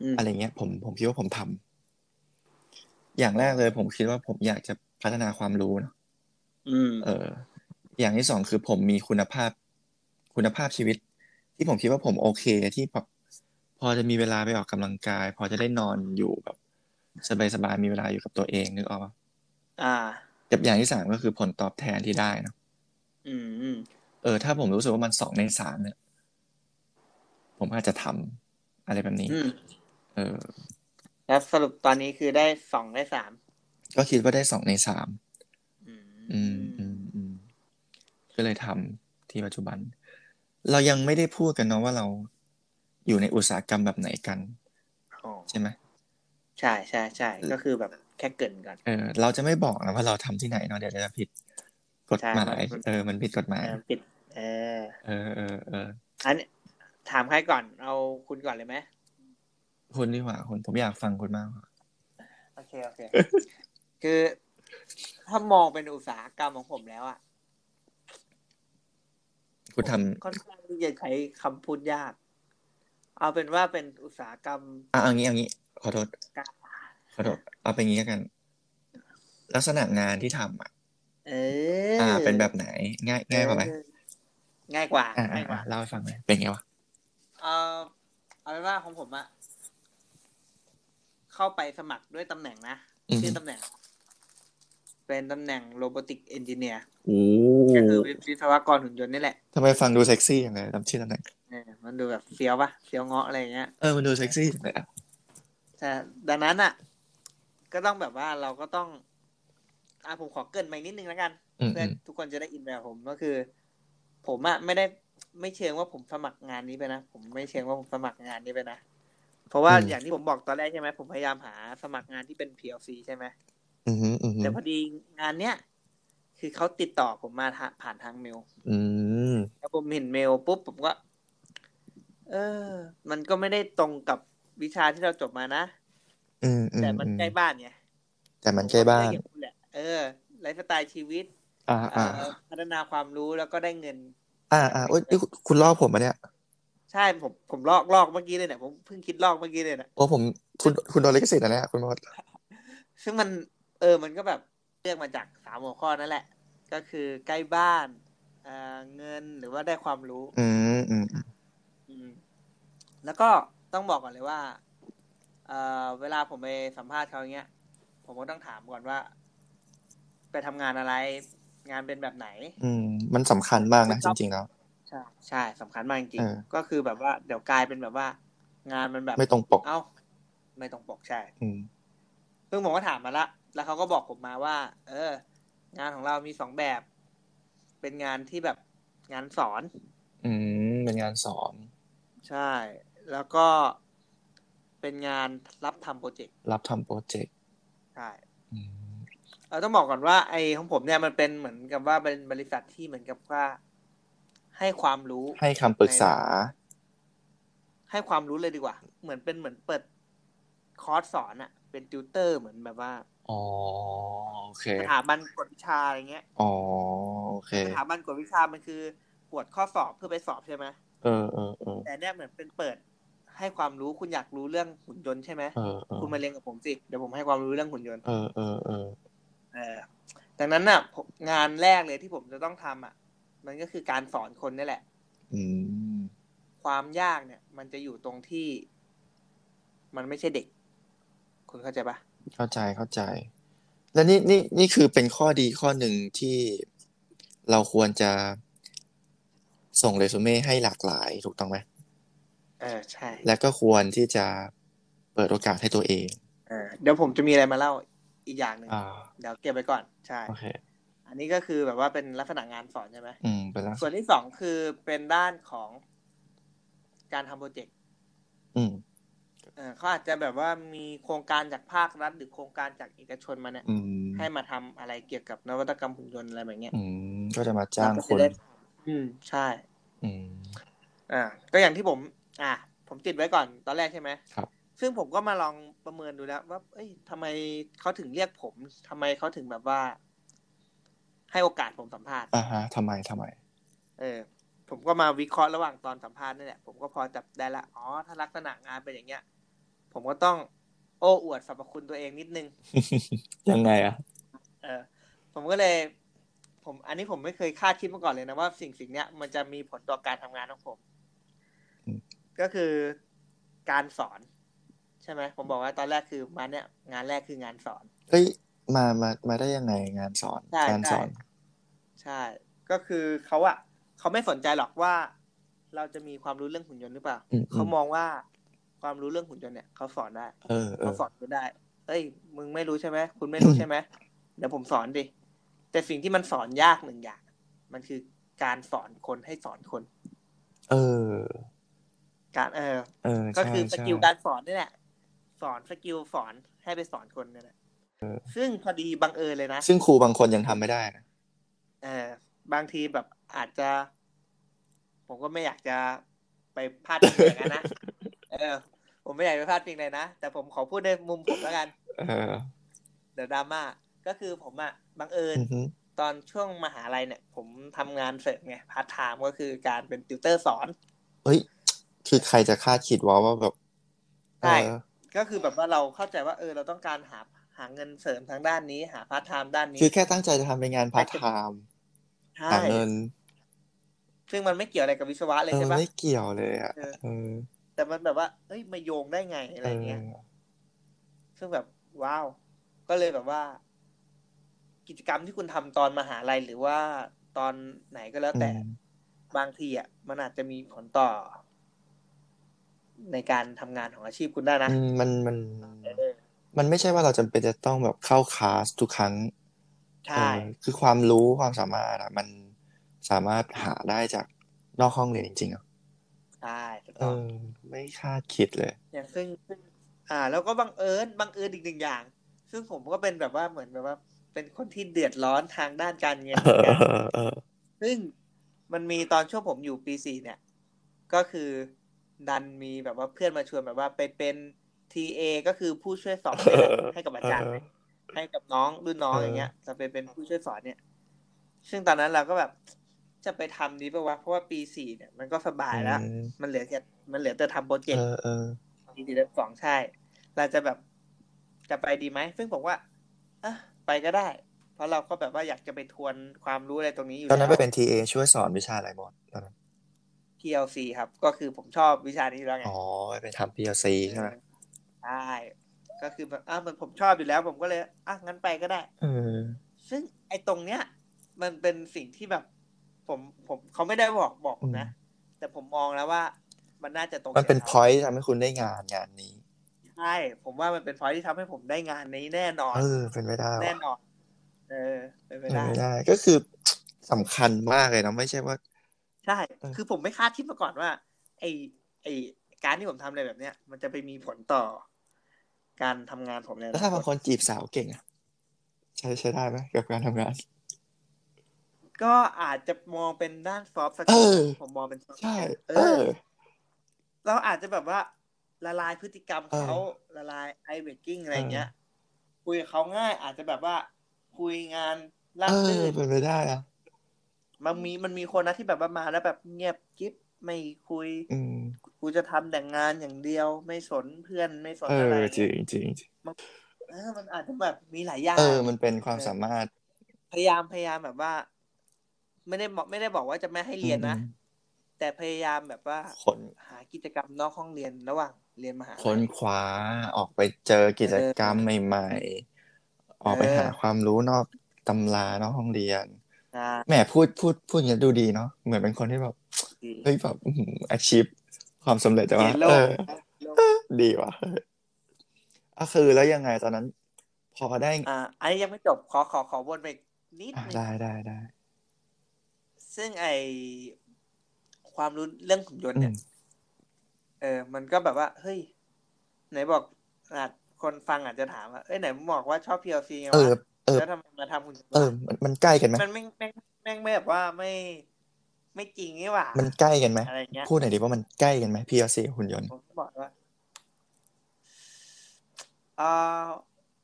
Speaker 2: อืม
Speaker 1: อะไรเงี้ย ผมผมคิดว่าผมทำอย่างแรกเลย ผมคิดว่าผมอยากจะพัฒนาความรู้เนาะ
Speaker 2: อืม
Speaker 1: เออ อย่างที่สองคือผมมีคุณภาพคุณภาพชีวิต ที่ผมคิดว่าผมโอเคที่แบบพอจะมีเวลาไปออกกำลังกาย พอจะได้นอนอยู่แบบสบายๆมีเวลาอยู่กับตัวเองนึกออกปะ
Speaker 2: อ่า
Speaker 1: กับอย่างที่สามก็คือผลตอบแทนที่ได้เนอะ
Speaker 2: อืมอืม
Speaker 1: เออถ้าผมรู้สึกว่ามันสองในสามเนี่ย ผมอาจจะทำอะไรแบบนี้
Speaker 2: อืม
Speaker 1: เออ
Speaker 2: แล้วสรุปตอนนี้คือได้สองได้สาม
Speaker 1: ก็คิดว่าได้สองในสาม
Speaker 2: อืม
Speaker 1: อืมอืมอืมก็เลยทำที่ปัจจุบัน เรายังไม่ได้พูดกันเนาะว่าเราอยู่ในอุตสาหกรรมแบบไหนกัน
Speaker 2: อ๋อ
Speaker 1: ใช่ไหม
Speaker 2: ใช่ใช่ใช่ก็คือแบบแค่เกรินก่อน
Speaker 1: เออเราจะไม่บอกนะว่าเราทำที่ไหนเนาะเดี๋ยวจะผิดกฎหมาย
Speaker 2: ใช่
Speaker 1: เออมันผิดกฎหมาย
Speaker 2: เออปิด เออ
Speaker 1: เออเออเออ
Speaker 2: อันนี้ถามใครก่อน เอาคุณก่อนเลยไหม
Speaker 1: คุณดีกว่าคุณผมอยากฟังคุณมากกว่า
Speaker 2: โอเคโอเค คือถ้ามองเป็นอุตสาหกรรมของผมแล้วอ่ะ
Speaker 1: คุณทำ
Speaker 2: ค่อนข้างที่จะใช้คำพูดยาก เอาเป็นว่าเป็นอุตสาหกรรม
Speaker 1: อ่ะเอางี้เอางี้ขอโทษ
Speaker 2: การ
Speaker 1: ขอโทษเอาเป็นงี้แล้วกัน ลักษณะงานที่ทำอ่ะ
Speaker 2: เออ
Speaker 1: อ่า
Speaker 2: อ่า
Speaker 1: เป็นแบบไหน ง่ายง่ายกว่าไหม
Speaker 2: ง่ายกว่า
Speaker 1: อ่า
Speaker 2: ง่ายก
Speaker 1: อ่า
Speaker 2: ว่า
Speaker 1: เล่าให้ฟังหน่อยเป็นไงวะ
Speaker 2: เออเอาเป็นว่าของผมอะเข้าไปสมัครด้วยตำแหน่งนะ
Speaker 1: อืม
Speaker 2: ชื่อตำแหน่ง เป็นตำแหน่งโรบอติกเอนจิเนียร์
Speaker 1: โอ้
Speaker 2: ก็คือวิศวกรหุ่นยนต์นี่แหละ
Speaker 1: ทำไมฟังดูเซ็กซี่อย่างไรจำชื่อตำแหน่ง
Speaker 2: เออมันดูแบบเฟี้ยวปะเฟี้ยวเงาะอะไรอย่างเงี้ย
Speaker 1: เออมันดูเซ็กซี่อย่างไรอะ
Speaker 2: แต่ดังนั้นอ่ะ ก็ต้องแบบว่าเราก็ต้องอ่ะผมขอเกรินไปนิดนึงแล้วกัน
Speaker 1: อืม
Speaker 2: เพื่อทุกคนจะได้อินไปกับผมก็คือ ผมอะไม่ได้ไม่เชิงว่าผมสมัครงานนี้ไปนะผมไม่เชิงว่าผมสมัครงานนี้ไปนะเพราะว่าอย่างที่ผมบอกตอนแรกใช่ไหมผมพยายามหาสมัครงานที่เป็น PLC ใช่ไหม
Speaker 1: อืมอืม
Speaker 2: แต่พอดีงานเนี้ยคือเขาติดต่อผมมาทะผ่านทางเมล
Speaker 1: อืม
Speaker 2: แล้วผมเห็นเมลปุ๊บผมก็ เออ มันก็ไม่ได้ตรงกับวิชาที่เราจบมานะ
Speaker 1: อืมอืม
Speaker 2: แต่มันใกล้บ้านไง
Speaker 1: แต่มันใกล้บ้าน
Speaker 2: ผมก็ไม่ได้เกี่ยวกับแหละเออไลฟ์สไตล์ชีวิต
Speaker 1: อ่าอ่า
Speaker 2: เอ่อพัฒนาความรู้แล้วก็ได้เงิน
Speaker 1: อ่าอ่าโอ๊ยนี่คุณคุณลอกผมมาเนี่ย
Speaker 2: ใช่ผมผมลอกลอกเมื่อกี้เลยเนี่ยผมเพิ่งคิดลอกเมื่อกี้เลยเนี่ย
Speaker 1: โอ้ผมคุณคุณโดนลิขสิทธิ์นะเนี่ยคุณมด
Speaker 2: ซึ่งมันเออมันก็แบบเลือกมาจากสามหัวข้อนั่นแหละ ก็คือใกล้บ้านเอ่อเงินหรือว่าได้ความรู้
Speaker 1: อืมอืม
Speaker 2: อืม แล้วก็ต้องบอกก่อนเลยว่าเอ่อเวลาผมไปสัมภาษณ์เขาอย่างเงี้ย ผมก็ต้องถามก่อนว่า ไปทำงานอะไร งานเป็นแบบไหน
Speaker 1: อืมมันสำคัญมากนะจริงๆแล้ว
Speaker 2: ใช่ใช่สำคัญมากจริง
Speaker 1: เออ
Speaker 2: ๆก็คือแบบว่าเดี๋ยวกลายเป็นแบบว่า งานมันแบบ
Speaker 1: ไม่ตรงปก
Speaker 2: เอ้าไม่ตรงปกใช่
Speaker 1: อืม
Speaker 2: ซึ่งผมก็ถามมาละ แล้วเขาก็บอกผมมาว่า เออ งานของเรามีสองแบบ เป็นงานที่แบบงานสอน
Speaker 1: อืมเป็นงานสอน
Speaker 2: ใช่ แล้วก็เป็นงานรับทำโปรเจกต์
Speaker 1: รับทำโปรเจกต์
Speaker 2: ใช่
Speaker 1: อืม
Speaker 2: เออต้องบอกก่อนว่า ไอ้ของผมเนี่ยมันเป็นเหมือนกับว่าเป็นบริษัทที่เหมือนกับว่า ให้ความรู้
Speaker 1: ให้คำปรึกษา
Speaker 2: ให้ความรู้เลยดีกว่า เหมือนเป็นเหมือนเปิดคอร์สสอนอะเป็นติวเตอร์เหมือนแบบว่า
Speaker 1: อ๋อ โอเค
Speaker 2: สถาบันกวดวิชาอะไรเงี้ย
Speaker 1: อ๋อ โอเค
Speaker 2: สถาบันกวดวิชามันคือปวดข้อสอบเพื่อไปสอบใช่ไหม
Speaker 1: เออเออเออ
Speaker 2: แต่เนี่ยเหมือนเป็นเปิดให้ความรู้คุณอยากรู้เรื่องหุ่นยนต์ใช่ไหม
Speaker 1: เออเออ
Speaker 2: คุณมาเรียนกับผมสิ เดี๋ยวผมให้ความรู้เรื่องหุ่นยนต์
Speaker 1: เออเออเออ
Speaker 2: เออดังนั้นน่ะผมงานแรกเลยที่ผมจะต้องทำอ่ะ มันก็คือการสอนคนนี่แหละ
Speaker 1: อืม
Speaker 2: ความยากเนี่ย มันจะอยู่ตรงที่ มันไม่ใช่เด็ก คุณเข้าใจปะ
Speaker 1: เข้าใจเข้าใจ แล้วนี่นี่นี่คือเป็นข้อดีข้อหนึ่งที่เราควรจะส่งเรซูเม่ให้หลากหลายถูกต้องไหม
Speaker 2: เออใช่
Speaker 1: และก็ควรที่จะเปิดโอกาสให้ตัวเอง
Speaker 2: เออเดี๋ยวผมจะมีอะไรมาเล่าอีกอย่างหนึ่ง
Speaker 1: อ่า
Speaker 2: เดี๋ยวเก็บไว้ก่อนใช่
Speaker 1: โอเค
Speaker 2: อันนี้ก็คือแบบว่าเป็นลักษณะงานสอนใช่ไหม
Speaker 1: อืม ไปแล้ว
Speaker 2: ส่วนที่สองคือเป็นด้านของการทำโปรเจกต์
Speaker 1: อืม
Speaker 2: เอ่อเขาอาจจะแบบว่ามีโครงการจากภาครัฐหรือโครงการจากเอกชนมาเนี่ย
Speaker 1: อืม
Speaker 2: ให้มาทำอะไรเกี่ยวกับนวัตกรรมหุ่นยนต์อะไรแบบเนี้ย
Speaker 1: อืม ก็จะมาจ้าง
Speaker 2: เรก็
Speaker 1: ค
Speaker 2: จะ
Speaker 1: น
Speaker 2: ได้อืมใช่
Speaker 1: อืม
Speaker 2: อ่าก็อย่างที่ผม อ่า ผมติดไว้ก่อนตอนแรกใช่ไหม
Speaker 1: ครับ
Speaker 2: ซึ่งผมก็มาลองประเมินดูแล้ว ว่า เอ้ยทำไมเขาถึงเรียกผมทำไมเขาถึงแบบว่า ให้โอกาสผมสัมภาษณ์
Speaker 1: อ่าฮะทำไมทำไม
Speaker 2: เออ ผมก็มาวิเคราะห์ระหว่างตอนสัมภาษณ์นี่แหละ ผมก็พอจับได้ละ อ๋อ ถ้าลักษณะงานเป็นอย่างเงี้ย ผมก็ต้องโอ้อวดสรรพคุณตัวเองนิดนึง
Speaker 1: ยังไงอ่ะ
Speaker 2: เออ ผมก็เลย ผม อันนี้ผมไม่เคยคาดคิดมาก่อนเลยนะว่าสิ่งสิ่งเนี้ยมันจะมีผลต่อการทำงานของผม
Speaker 1: อืม
Speaker 2: ก็คือการสอน ใช่ไหม ผมบอกว่าตอนแรกคือมาเนี่ย งานแรกคืองานสอน
Speaker 1: เอ้ยมามามาได้ยังไงงานสอน
Speaker 2: ใช่
Speaker 1: การ
Speaker 2: ใช่
Speaker 1: สอน
Speaker 2: ใช่ ก็คือเขาอะเขาไม่สนใจหรอกว่า เราจะมีความรู้เรื่องหุ่นยนต์หรือเปล่า
Speaker 1: อืมอื
Speaker 2: เขา
Speaker 1: ม
Speaker 2: มองว่าความรู้เรื่องหุ่นยนต์เนี่ยเขาสอนได้
Speaker 1: เออเอ
Speaker 2: เขา
Speaker 1: อ
Speaker 2: สอนคุณได้ เอ้ย มึงไม่รู้ใช่ไหมคุณไม่รู้ใช่ไหมเดี๋ยวผมสอนดิแต่สิ่งที่มันสอนยากหนึ่งอย่าง มันคือการสอนคนให้สอนคน
Speaker 1: เออ
Speaker 2: การเออ
Speaker 1: เออ
Speaker 2: ก็
Speaker 1: ใช่
Speaker 2: คือส
Speaker 1: ใช่
Speaker 2: กิลการสอนนี่แหละสอนสกิลสอนให้ไปสอนคนนี่แหละซึ่งพอดีบังเอิญเลยนะ
Speaker 1: ซึ่งครูบางคนยังทำไม่ได้นะ
Speaker 2: เออบางทีแบบอาจจะ ผมก็ไม่อยากจะไปพาดพิงอย่างนั้นนะ เออ ผมไม่อยากไปพาดพิงเลยนะ แต่ผมขอพูดในมุมผมแล้วกัน
Speaker 1: เออ
Speaker 2: เดี๋ยวดราม่าก็คือผมอะบังเอิญ
Speaker 1: อือฮึ
Speaker 2: ตอนช่วงมหาลัยเนี่ย ผมทำงานเสริมไงพาร์ทไทม์ก็คือการเป็นติวเตอร์สอน
Speaker 1: เฮ้ยคือใครจะคาดคิดว่าว่าแบบ
Speaker 2: ใช่
Speaker 1: เออ
Speaker 2: ก็คือแบบว่าเราเข้าใจว่าเออ เราต้องการหาหาเงินเสริมทางด้านนี้ หาพาร์ทไทม์ด้านนี้
Speaker 1: คือแค่ตั้งใจจะทำเป็นงานพาร์ทไทม์
Speaker 2: ใช่
Speaker 1: หาเงิน
Speaker 2: ซึ่งมันไม่เกี่ยวอะไรกับวิศวะเลย
Speaker 1: เออ
Speaker 2: ใช่ปะ
Speaker 1: ไม่เกี่ยวเลยอ่ะ
Speaker 2: เออ
Speaker 1: เออ
Speaker 2: แต่มันแบบว่าเอ้ยมาโยงได้ไงอะ
Speaker 1: เอ
Speaker 2: ไร
Speaker 1: อ
Speaker 2: เงี้ย ซึ่งแบบว้าว ก็เลยแบบว่า กิจกรรมที่คุณทำตอนมหาลัยหรือว่าตอนไหนก็แล้วแต่
Speaker 1: อืม
Speaker 2: บางทีอ่ะมันอาจจะมีผลต่อ ในการทำงานของอาชีพคุณได้นะ
Speaker 1: อืมมันมัน
Speaker 2: เออ
Speaker 1: มันไม่ใช่ว่าเราจำเป็นจะต้องแบบเข้าคลาสทุกครั้ง
Speaker 2: ใช่
Speaker 1: เออคือความรู้ความสามารถอะมันสามารถหาได้จากนอกห้องเรียนจริงๆอะ
Speaker 2: ใช่ถูก
Speaker 1: เอ
Speaker 2: ต้อง
Speaker 1: อ ไม่คาดคิดเลย
Speaker 2: อย่างซึ่งซึ่ง อ่า แล้วก็บังเอิญบังเอิญอีกหนึ่งอย่าง ซึ่งผมก็เป็นแบบว่าเหมือนแบบว่า เป็นคนที่เดือดร้อนทางด้านการเงิน
Speaker 1: เอ
Speaker 2: เหมือนกัน
Speaker 1: อเออ
Speaker 2: ซึ่งมันมีตอนช่วงผมอยู่ปีสี่เนี่ย ก็คือดันมีแบบว่าเพื่อนมาชวนแบบว่าไปเป็นทีเอก็คือผู้ช่วยสอนเนี่ยแหละ
Speaker 1: เออ
Speaker 2: ให้กับอาจารย์
Speaker 1: เออ
Speaker 2: ให้กับน้องรุ่นน้อง
Speaker 1: เออ
Speaker 2: อ
Speaker 1: อ
Speaker 2: ย่างเงี้ยจะไปเป็นผู้ช่วยสอนเนี่ย ซึ่งตอนนั้นเราก็แบบจะไปทำดีป่าวะเพราะว่าปีสี่เนี่ยมันก็สบายแล้ว
Speaker 1: อืม
Speaker 2: มันเหลือแต่มันเหลือแต่ทำโปรเจก
Speaker 1: เอ
Speaker 2: ต์
Speaker 1: อเออ
Speaker 2: ดีดีเดิมสองใช่ เราจะแบบจะไปดีไหม ซึ่งผมว่าอ่ะไปก็ได้ เพราะเราก็แบบว่าอยากจะไปทวนความรู้อะไรตรงนี้อยู่
Speaker 1: ตอนนั้นไป
Speaker 2: แล้ว
Speaker 1: เป็นทีเอช่วยสอนวิชาอะไรหมดตอนนั้น
Speaker 2: PLC ครับ ก็คือผมชอบวิชานี้อยู่แล้วไง
Speaker 1: อ๋อไปเป็นทำ PLC ใช่ไหม
Speaker 2: ใช่ ก็คือแบบอ่ะมันผมชอบอยู่แล้ว ผมก็เลยอ่ะงั้นไปก็ได้
Speaker 1: เออ
Speaker 2: ซึ่งไอ้ตรงเนี้ย มันเป็นสิ่งที่แบบ ผมผมเขาไม่ได้บอกบอกผมนะ แต่ผมมองแล้วว่า มันน่าจะตรง
Speaker 1: มันเป็น
Speaker 2: ใจรา
Speaker 1: point ทำให้คุณได้งานงานนี้
Speaker 2: ใช่ ผมว่ามันเป็นพอยที่ทำให้ผมได้งานนี้แน่นอน
Speaker 1: เออ เป็นไม่ได้
Speaker 2: แน่
Speaker 1: ว่ะ
Speaker 2: นอน เออ เป็นไป
Speaker 1: เป็น
Speaker 2: ได้
Speaker 1: ไม่ได้ ก็คือสำคัญมากเลยนะไม่ใช่ว่า
Speaker 2: ใช่
Speaker 1: เออ
Speaker 2: คือผมไม่คาดคิดมาก่อนว่า ไอไอการที่ผมทำอะไรแบบเนี้ย มันจะไปมีผลต่อ การทำงานผมเลย
Speaker 1: แล้วถ้าบางคนจีบสาวเก่งอะใช้ใช้ได้ไหมกับการทำงาน
Speaker 2: ก็อาจจะมองเป็นด้านซอฟต์ส
Speaker 1: เอ
Speaker 2: กิล
Speaker 1: อ
Speaker 2: ผมมองเป็น soft
Speaker 1: ใช่
Speaker 2: skill เอ
Speaker 1: เออ
Speaker 2: อเราอาจจะแบบว่าละลายพฤติกรรมเขา
Speaker 1: เออ
Speaker 2: ละลายไอเบกกิ้งอะไร
Speaker 1: เออ
Speaker 2: เงี้ย คุยกับเขาง่าย อาจจะแบบว่า คุยงานรา
Speaker 1: เอบ อ
Speaker 2: รื่น
Speaker 1: เป็นไปได้นะ
Speaker 2: มันมีมันมีคนนะที่แบบว่ามาแล้วแบบเงียบกิ๊บไม่คุย
Speaker 1: อืม
Speaker 2: กูจะทำแต่งงานอย่างเดียว ไม่สนเพื่อนไม่สน
Speaker 1: เอ
Speaker 2: อะไร
Speaker 1: อ จริ
Speaker 2: เงี้ย
Speaker 1: งจริงจริง
Speaker 2: เออมันอาจจะแบบมีหลายอย่าง
Speaker 1: เออ มันเป็นความสามารถ
Speaker 2: พยายามพยายามแบบว่า ไม่ได้บอกไม่ได้บอกว่าจะไม่ให้เรียนนะ
Speaker 1: อืม
Speaker 2: แต่พยายามแบบว่า
Speaker 1: ค้น
Speaker 2: หากิจกรรมนอกห้องเรียนระหว่างเรียนมหาลัย
Speaker 1: ค้นคว้าออกไปเจอกิจกรรมใหม่ ๆ ออกไป
Speaker 2: เออ
Speaker 1: หาความรู้นอกตำรานอกห้องเรียน
Speaker 2: อ่า
Speaker 1: แหมพูดพูดพูดอย่างนี้ดูดีเนาะเหมือนเป็นคนที่แบบ
Speaker 2: ดี
Speaker 1: เฮ้ยแบบอื้อหือ achieve ความสำเร็จแต่
Speaker 2: เรี
Speaker 1: ว่าย
Speaker 2: นโล
Speaker 1: เอก อ
Speaker 2: โลก
Speaker 1: ดีว่ะอ่ะคือแล้วยังไงตอนนั้น พอได้
Speaker 2: อ่า อันนี้ยังไม่จบขอขอขอวนไปอีกนิด
Speaker 1: อ่ะ
Speaker 2: นึง
Speaker 1: ได้ได้ได้
Speaker 2: ซึ่งไอความรู้เรื่องหุ่นยนต์
Speaker 1: อื
Speaker 2: เนี่ย
Speaker 1: ม
Speaker 2: เออ มันก็แบบว่า เฮ้ย ไหนบอกอาจคนฟังอาจจะถามว่า เอ้ยไหนมึงบอกว่าชอบ PLC ไง
Speaker 1: เออ
Speaker 2: วะ
Speaker 1: เออ
Speaker 2: แล้วทำไมมาทำหุ่นยนต์
Speaker 1: เออ
Speaker 2: วะ
Speaker 1: มันมันใกล้กันไหม
Speaker 2: มันไม่แม่งแม่งไม่แบบว่าไม่ ไม่จริงนี่หว่า
Speaker 1: มันใกล้กันไหม
Speaker 2: อะไรเงี้ย
Speaker 1: พูดหน่อยดิว่ามันใกล้กันไหม PLC กับหุ่นยนต์
Speaker 2: ผมก็บอกว่าเออ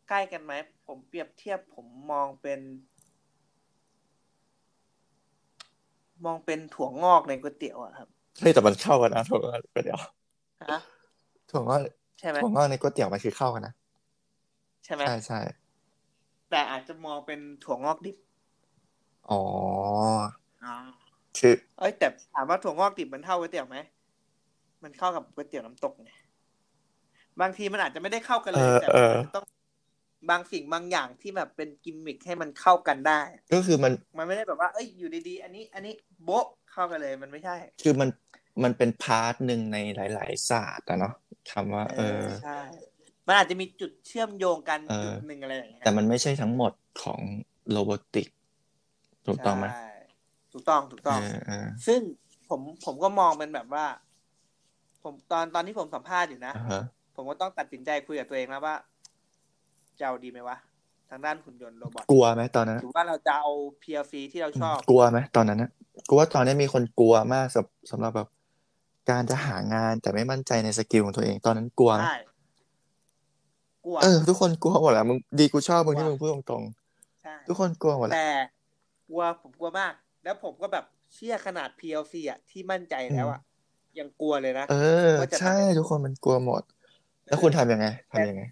Speaker 2: ใกล้กันไหม ผมเปรียบเทียบผมมองเป็น มองเป็นถั่วงอกในก๋วยเตี๋ยวอะครับ
Speaker 1: เฮ้ยแต่มันเข้ากันนะถั่วงอกก๋วยเตี๋ยว
Speaker 2: ฮะ
Speaker 1: ถั่วงอก
Speaker 2: ใช่ไหม
Speaker 1: ถั่วงอกในก๋วยเตี๋ยวมันคือเข้ากันนะ
Speaker 2: ใช่ไหม
Speaker 1: ใช่ใช่
Speaker 2: แต่อาจจะมองเป็นถั่วงอกดิบ
Speaker 1: อ๋อ
Speaker 2: อ๋อ
Speaker 1: คือ
Speaker 2: เอ้ยแต่ถามว่าถั่วงอกดิบมันเท่าก๋วยเตี๋ยวไหม มันเข้ากับก๋วยเตี๋ยวน้ำตกไงบางทีมันอาจจะไม่ได้เข้ากัน
Speaker 1: เอ
Speaker 2: เลย
Speaker 1: อ
Speaker 2: แต่
Speaker 1: เออ
Speaker 2: มันอาจจะต้องบางสิ่งบางอย่างที่แบบเป็นกิมมิคให้มันเข้ากันได้
Speaker 1: ก็คือมัน
Speaker 2: มันไม่ได้แบบว่าเอ้ยอยู่ดีๆ อันนี้อันนี้โบ๊ะเข้ากันเลยมันไม่ใช่
Speaker 1: คือมันมันเป็นพาร์ทหนึ่งในหลาย ๆ ศาสตร์อะเนาะคำว่า
Speaker 2: เอ
Speaker 1: เอ
Speaker 2: อ
Speaker 1: อ
Speaker 2: ใช่ มันอาจจะมีจุดเชื่อมโยงกัน
Speaker 1: เออ
Speaker 2: จุดหนึ่งอะไรอย่างเงี้ย
Speaker 1: แต่มันไม่ใช่ทั้งหมดของโรบอติกถูกต้องไหม
Speaker 2: ใช่ถูกต้องถูก
Speaker 1: เอ
Speaker 2: ต้อง
Speaker 1: อเออ
Speaker 2: ซึ่งผมผมก็มองเป็นแบบว่า ผมตอนตอนที่ผมสัมภาษณ์อยู่นะ
Speaker 1: อ่าฮะ
Speaker 2: ผมก็ต้องตัดสินใจคุยกับตัวเองแล้วว่าจะเอาดีไหมวะ ทางด้านหุ่นยนต์โรบอท
Speaker 1: กลัวไหมตอนนั้น
Speaker 2: ห
Speaker 1: อะ
Speaker 2: รือว่าเราจะเอา PLC ที่เราชอบ
Speaker 1: กลัวไหมตอนนั้นนะกูว่าตอนนี้มีคนกลัวมากสำสำหรับแบบ การจะหางานแต่ไม่มั่นใจในสกิลของตัวเองตอนนั้นกลัวไหม
Speaker 2: ใช่กลัว
Speaker 1: เออ ทุกคนกลัวหมดแหละมึงดีกูชอบมึง
Speaker 2: กลัว
Speaker 1: ที่มึงพูดตรง
Speaker 2: ใช่
Speaker 1: ๆทุกคนกลัวหมดแหละ
Speaker 2: แต่กลัวผมกลัวมาก แล้วผมก็แบบเชื่อขนาด PLC อ่ะที่มั่นใจแล้วอ่ะ ยังกลัวเลยนะ
Speaker 1: เออ
Speaker 2: ว่าจะทำ
Speaker 1: ใช่ทุกคนมันกลัวหมด แล้วคุณทำยังไงทำยังไง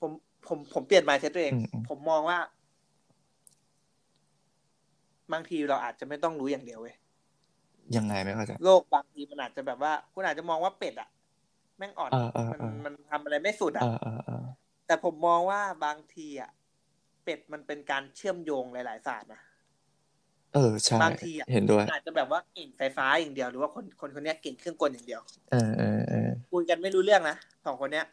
Speaker 2: ผมผมผมเปลี่ยน mindset ตัวเอง
Speaker 1: อืมอืม
Speaker 2: ผมมองว่า บางทีเราอาจจะไม่ต้องรู้อย่างเดียวเว้ย
Speaker 1: ยังไงไม่เข้าใจ
Speaker 2: โลกบางทีมันอาจจะแบบว่า คุณอาจจะมองว่าเป็ดอะแม่งอ่อน
Speaker 1: เออเออ
Speaker 2: มัน
Speaker 1: เออ
Speaker 2: มันทำอะไรไม่สุด
Speaker 1: เอ
Speaker 2: อะ
Speaker 1: อเออเออ
Speaker 2: แต่ผมมองว่าบางทีอะ เป็ดมันเป็นการเชื่อมโยงหลาย ๆ ศาสตร์นะ
Speaker 1: เออใช่
Speaker 2: บางทีอะ
Speaker 1: เห็นด้วย
Speaker 2: อาจจะแบบว่าเก่งไฟฟ้าอย่างเดียวหรือว่าคนคนคนเนี้ยเก่งเครื่องกลอย่างเดียว
Speaker 1: เออเออเออ
Speaker 2: คุยกันไม่รู้เรื่องนะสองคนเนี้ย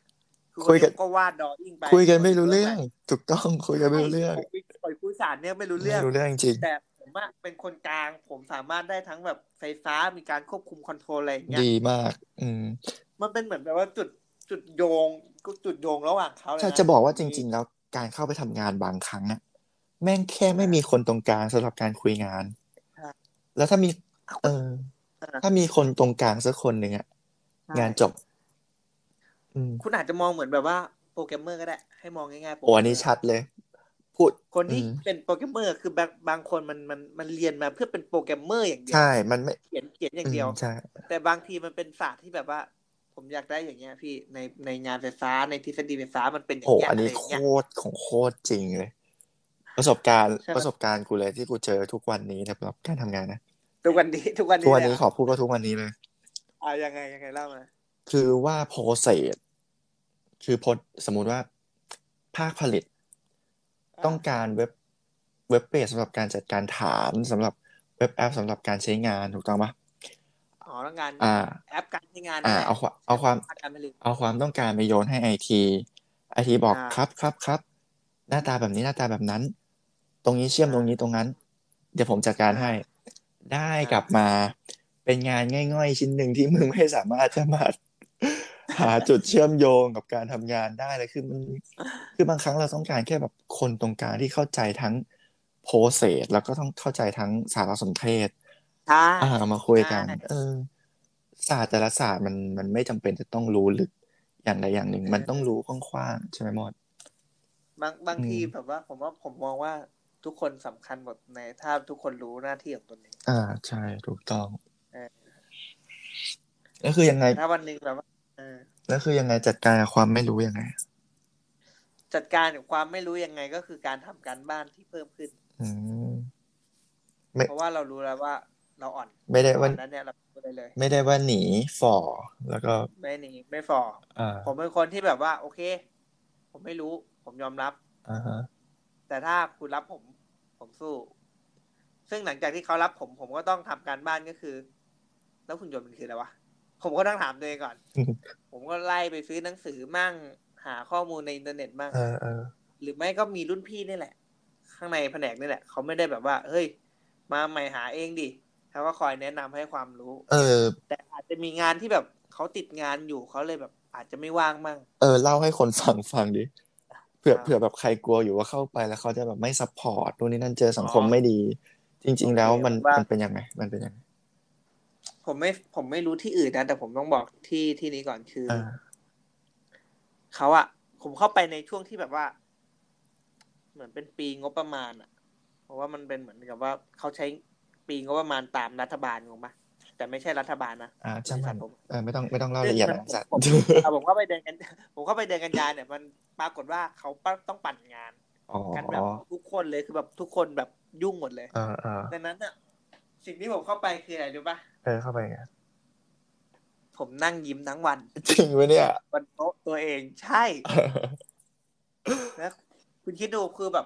Speaker 2: อ
Speaker 1: คุยกัน
Speaker 2: ก็วาดดอยิ่งไป
Speaker 1: คุยกันไม่รู้เรื่อง ถูกต้องคุยกันไม่รู้เรื่อง
Speaker 2: ใช่ผมปล่อยคุยศาสตร์เนี่ยไม่รู้เรื่อง
Speaker 1: ไม่รู้เรื่องจริง
Speaker 2: แต่ผมอะเป็นคนกลางผมสามารถได้ทั้งแบบไฟฟ้ามีการควบคุมคอนโทรลอะไรอย่างเงี้ย
Speaker 1: ดีมาก อืม
Speaker 2: มันเป็นเหมือนแบบว่าจุดจุดโยงจุดโยงระหว่างเขาเลย
Speaker 1: ถ้า
Speaker 2: นะ
Speaker 1: จะบอกว่าจริง ๆ แล้วการเข้าไปทำงานบางครั้งอะแม่งแค่ไม่มีคนตรงกลางสำหรับการคุยงาน
Speaker 2: ครับ
Speaker 1: แล้วถ้ามี เออ
Speaker 2: อ่ะ
Speaker 1: ถ้ามีคนตรงกลางสักคนหนึ่งอะ
Speaker 2: ใช่
Speaker 1: งานจบ อืม
Speaker 2: คุณอาจจะมองเหมือนแบบว่าโปรแกรมเมอร์ก็ได้ ให้มองง่ายๆโปร
Speaker 1: โอ้
Speaker 2: แกรมเมร์
Speaker 1: อันนี้ชัดเลย พูด
Speaker 2: คนที่
Speaker 1: อืม
Speaker 2: เป็นโปรแกรมเมอร์คือบางบางคนมันมันมันเรียนมาเพื่อเป็นโปรแกรมเมอร์อย่างเดีว
Speaker 1: ใช่ มันไม่
Speaker 2: เขียนเขียนอย่างเดียว
Speaker 1: มใช่
Speaker 2: แต่บางทีมันเป็นศาสตร์ที่แบบว่า ผมอยากได้อย่างเงี้ย พี่ในในงานไฟฟ้าในทฤษฎีไฟฟ้ามันเป็นอย่าง
Speaker 1: โอ้
Speaker 2: เงี้ย
Speaker 1: อัน
Speaker 2: อะไร
Speaker 1: นี้
Speaker 2: อย่าง
Speaker 1: โค
Speaker 2: เงี้ย
Speaker 1: ตรของโคตรจริงเลย ประสบการณ์
Speaker 2: ใช่ไหม
Speaker 1: ประสบการณ์กูเลยที่กูเจอทุกวันนี้สำหรับการทำงานนะ
Speaker 2: ทุกวันนี้ทุกวัน
Speaker 1: ทุก
Speaker 2: นี้
Speaker 1: วัน
Speaker 2: เลย
Speaker 1: นี้
Speaker 2: อะ
Speaker 1: ขอพูดว่าทุกวันนี้เลย
Speaker 2: อ่ะยังไงยังไงเล่ามา
Speaker 1: คือว่าโปรเซสคือพอสมมุติว่าภาคผลิต
Speaker 2: ะ
Speaker 1: ต้องการเว็บเว็บเพจสำหรับการจัดการฐานสำหรับเว็บแอปสำหรับการใช้งานถูกต้องปะ
Speaker 2: อ๋อต้องการ
Speaker 1: อ่า
Speaker 2: แอปการใช้งาน
Speaker 1: อ่า
Speaker 2: นั่นแหละ
Speaker 1: เอาความเอาความ
Speaker 2: แปการผลิต
Speaker 1: เอาความต้องการไปโยนให้ไอทีไอทีบอก
Speaker 2: อ่า
Speaker 1: ครับครับครับหน้าตาแบบนี้หน้าตาแบบนั้น ตรงนี้เชื่อม
Speaker 2: อ่า
Speaker 1: ตรงนี้ตรงนั้น เดี๋ยวผมจัดการให้ ได้กลับมาเป็นงานง่อยๆ ชิ้นหนึ่งที่มึงไม่สามารถจะมา หาจุดเชื่อมโยงกับการทำงานได้เลยคือมันคือบางครั้งเราต้องการแค่แบบคนตรงกลางที่เข้าใจทั้งโพเซสแล้วก็ต้องเข้าใจทั้งสารสนเทศ
Speaker 2: ใช่
Speaker 1: อ่ามาคุยกัน
Speaker 2: ใช่
Speaker 1: เออ ศาสตร์แต่ละศาสตร์มันมันไม่จำเป็นจะต้องรู้ลึกอย่างใดอย่างหนึ่ง
Speaker 2: เออ
Speaker 1: มันต้องรู้กว้างๆใช่ไหมมอด
Speaker 2: บางบางที
Speaker 1: อืม
Speaker 2: แบบว่า ผมว่าผมมองว่าทุกคนสำคัญหมดในถ้าทุกคนรู้หน้าที่ของตนเอง
Speaker 1: อ่าใช่ถูกต้อง
Speaker 2: เออ
Speaker 1: แล้วคือยังไง
Speaker 2: ถ้าวันหนึ่งแบบว่าเออ
Speaker 1: แล้วคือยังไงจัดการกับความไม่รู้ยังไง
Speaker 2: จัดการกับความไม่รู้ยังไงก็คือการทำการบ้านที่เพิ่มขึ้น
Speaker 1: อืม ไม่
Speaker 2: เพราะว่าเรารู้แล้วว่าเราอ่อน
Speaker 1: ไม่ได้ว่า
Speaker 2: ตอนนั้นเนี่ยเราพูดได้เลย
Speaker 1: ไม่ได้ว่าหนีฝ่อแล้วก็
Speaker 2: ไม่หนีไม่ฟอ
Speaker 1: อ่า
Speaker 2: ผมเป็นคนที่แบบว่า โอเค ผมไม่รู้ ผมยอมรับ
Speaker 1: อ่าฮะ
Speaker 2: แต่ถ้าคุณรับผมผมสู้ ซึ่งหลังจากที่เขารับผมผมก็ต้องทำการบ้านก็คือ แล้วหุ่นยนต์มันคืออะไรวะ ผมก็ต้องถามตัวเองก่อน ผมก็ไล่ไปซื้อหนังสือมั่ง หาข้อมูลในอินเทอร์เน็ตมั่ง
Speaker 1: เออเออ
Speaker 2: หรือไม่ก็มีรุ่นพี่นี่แหละ ข้างในแผนกนี่แหละ เขาไม่ได้แบบว่า เฮ้ย มาใหม่หาเองดิเขาก็คอยแนะนำให้ความรู้
Speaker 1: เออ
Speaker 2: แต่อาจจะมีงานที่แบบเขาติดงานอยู่เขาเลยแบบ อาจจะไม่ว่างมั่ง
Speaker 1: เออ เล่าให้คนฟังฟังดิเผื่อ
Speaker 2: ครับ
Speaker 1: เผื่อแบบใครกลัวอยู่ว่าเข้าไปแล้วเขาจะแบบไม่ซัพพอร์ตนู่นนี่นั่นเจอสังคม
Speaker 2: อ๋อ
Speaker 1: ไม่ดี จริง ๆ แล้วมัน
Speaker 2: โอเคว่ามั
Speaker 1: มันเป็นยังไงมันเป็นยังไง
Speaker 2: ผมไม่ผมไม่รู้ที่อื่นนะแต่ผมต้องบอกที่ที่นี้ก่อนคืออ
Speaker 1: อ่า
Speaker 2: เขาอะผมเข้าไปในช่วงที่แบบว่า เหมือนเป็นปีงบประมาณอะเพราะว่ามันเป็นเหมือนกับว่าเขาใช้ปีงบประมาณตามรัฐบาลงงปะแต่ไม่ใช่รัฐบาลนะ
Speaker 1: อ่า
Speaker 2: บ
Speaker 1: ช่าง
Speaker 2: ริ
Speaker 1: มั
Speaker 2: ษั
Speaker 1: น
Speaker 2: ทผม
Speaker 1: เออไม่ต้องไม่ต้องเล่าละเอียดนะสัตว์
Speaker 2: ผมเอาผมเข้าไปเดินกัน ผมเข้าไปเดินกันยาเนี่ยมันปรากฏว่าเขาต้องปั่นงาน
Speaker 1: อ๋อ
Speaker 2: กันแบบทุกคนเลยคือแบบทุกคนแบบยุ่งหมดเลย
Speaker 1: เออเออ
Speaker 2: ดังนั้นอะสิ่งที่ผมเข้าไปคืออะไรรู้ปะ
Speaker 1: เออเข้าไปไง
Speaker 2: ผมนั่งยิ้มทั้งวัน
Speaker 1: จริงไหมเนี่ย
Speaker 2: บนโต๊ะตัวเองใช่
Speaker 1: เออ
Speaker 2: แล้วคุณคิดดูคือแบบ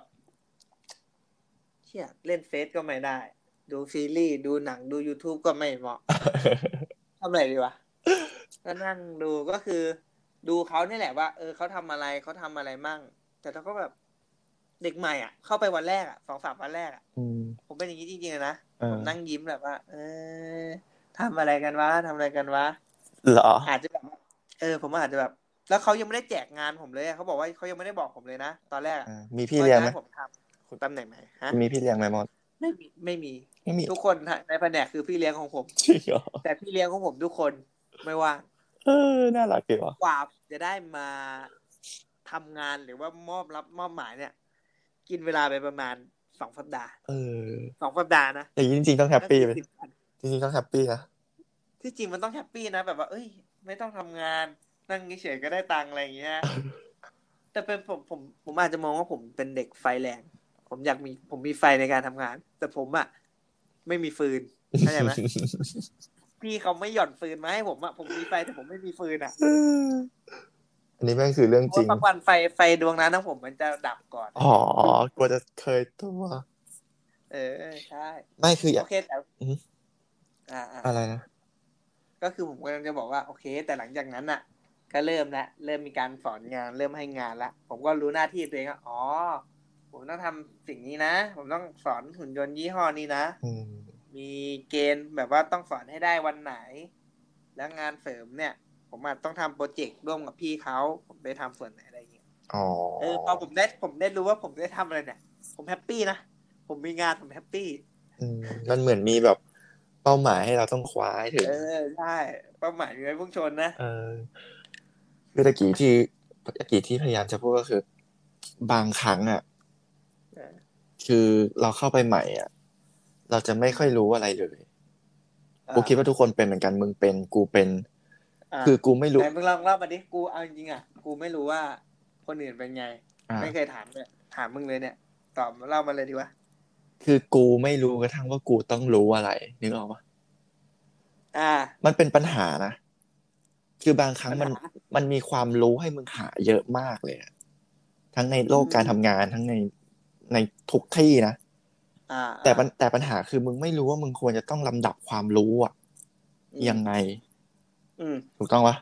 Speaker 2: เชี่ยเล่นเฟซก็ไม่ได้ ดูซีรีส์ดูหนังดู YouTube ก็ไม่เหมาะทำอะไรดีวะ ก็นั่งดูก็คือ ดูเขาเนี่ยแหละว่า เออเขาทำอะไรเขาทำอะไรมั่ง แต่เราก็แบบเด็กใหม่อ่ะ เข้าไปวันแรกอ่ะสองสามวันแรกอ่ะ
Speaker 1: อืม
Speaker 2: ผมเป็นอย่างนี้จริงๆเลยนะ
Speaker 1: เอ
Speaker 2: ผ
Speaker 1: อ
Speaker 2: มนั่งยิ้มแบบว่า เออทำอะไรกันวะทำอะไรกันวะ
Speaker 1: เหรอ
Speaker 2: อาจจะแบบว่าเออ ผมอาจจะแบบ แล้วเขายังไม่ได้แจกงานผมเลยอะเขาบอกว่าเขายังไม่ได้บอกผมเลยนะตอนแรกอะ
Speaker 1: เออมีพี่เลี้ยงไหม
Speaker 2: ว่าจะให้ผมทำคุณตำแหน่งไหนฮะ
Speaker 1: มีพี่เลี้ยงไหมมอส
Speaker 2: ไม่มีไม่มี
Speaker 1: ไม่มี
Speaker 2: ทุกคนในแผนกคือพี่เลี้ยงของผม
Speaker 1: จริงเหรอ
Speaker 2: แต่พี่เลี้ยงของผมทุกคนไม่ว่าง
Speaker 1: เออน่ารักดีว่ะ
Speaker 2: กว่าจะได้มาทำงานหรือว่ามอบรับมอบหมายเนี่ย กินเวลาไปประมาณสองสัปดาห์
Speaker 1: เออ
Speaker 2: สองสัปดาห์นะ
Speaker 1: อย่างนี้จริงๆต้องแฮปปี้ไป
Speaker 2: ก็คือ10วัน
Speaker 1: จริงๆต้องแฮปปี้นะ
Speaker 2: ที่จริงมันต้องแฮปปี้นะแบบว่า เอ้ย ไม่ต้องทำงาน นั่งเฉยๆก็ได้ตังค์อะไรอย่า งเงี้ย แต่เป็นผมผมผมอาจจะมองว่าผมเป็นเด็กไฟแรง ผมอยากมีผมมีไฟในการทำงาน แต่ผมอะไม่มีฟืนเข้าใจ ไหม พี่เขาไม่หย่อนฟืนมาให้ผมอะผมมีไฟแต่ผมไม่มีฟืนอะ
Speaker 1: เออ อันนี้แม่งคือเรื่อง
Speaker 2: เพ
Speaker 1: จริง
Speaker 2: ราะบางวันไฟไฟดวงนั้นนะผมมันจะดับก่อน
Speaker 1: อ๋อกลัวจะเคยตัว
Speaker 2: เออใช่
Speaker 1: ไม่คืออยา
Speaker 2: โอก เคแต่
Speaker 1: อืม
Speaker 2: อ่าอ่า
Speaker 1: อะไรนะ
Speaker 2: ก็คือผมกำลังจะบอกว่า โอเค แต่หลังจากนั้นอ่ะ ก็เริ่มละเริ่มมีการสอนงาน เริ่มให้งานละผมก็รู้หน้าที่ตัวเองว่าอ๋อ ผมต้องทำสิ่งนี้นะ ผมต้องสอนหุ่นยนต์ยี่ห้อนี้นะ
Speaker 1: อืม
Speaker 2: มีเกณฑ์แบบว่าต้องสอนให้ได้วันไหน แล้วงานเสริมเนี่ย ผมอาจต้องทำโปรเจกต์ร่วมกับพี่เขา ผมได้ทำส่วนไหนอะไรอย่างเงี้ย
Speaker 1: อ๋อ
Speaker 2: เออพอผมได้ผมได้รู้ว่าผมได้ทำอะไรเนี่ย ผมแฮปปี้นะ ผมมีงานผมแฮปปี้
Speaker 1: อืมมันเหมือนมีแบบเป้าหมายให้เราต้องคว้าให้ถึง
Speaker 2: เออใช่เป้าหมายมีไว้พุ่งชนนะ
Speaker 1: เออคือตะกี้ที่ตะกี้ที่พยายามจะพูดก็คือ บางครั้งอ่ะ
Speaker 2: เออ
Speaker 1: คือเราเข้าไปใหม่อ่ะ เราจะไม่ค่อยรู้อะไรเลย กูคิดว่าทุกคนเป็นเหมือนกันมึงเป็น กูเป็น
Speaker 2: อ่า
Speaker 1: คือกูไม่รู้
Speaker 2: ไหนมึงลองเล่ามาดิกูเอาจริงๆอ่ะกูไม่รู้ว่าคนอื่นเป็นไง
Speaker 1: อ่า
Speaker 2: ไม่เคยถามเลยถามมึงเลยเนี่ย ตอบเล่ามาเลยดีวะ
Speaker 1: คือกูไม่รู้กระทั่งว่ากูต้องรู้อะไรนึกออกปะ
Speaker 2: อ่า
Speaker 1: มันเป็นปัญหานะ คือบางครั้งมัน
Speaker 2: ปัญหา
Speaker 1: มันมีความรู้ให้มึงหาเยอะมากเลยอะทั้งในโลก
Speaker 2: อืม
Speaker 1: การทำงานทั้งในในทุกที่นะ
Speaker 2: อ่า
Speaker 1: แต่ปัญแต่ปัญหาคือมึงไม่รู้ว่ามึงควรจะต้องลำดับความรู้อะ
Speaker 2: อืม
Speaker 1: ยังไง
Speaker 2: อืม
Speaker 1: ถูกต้องปะ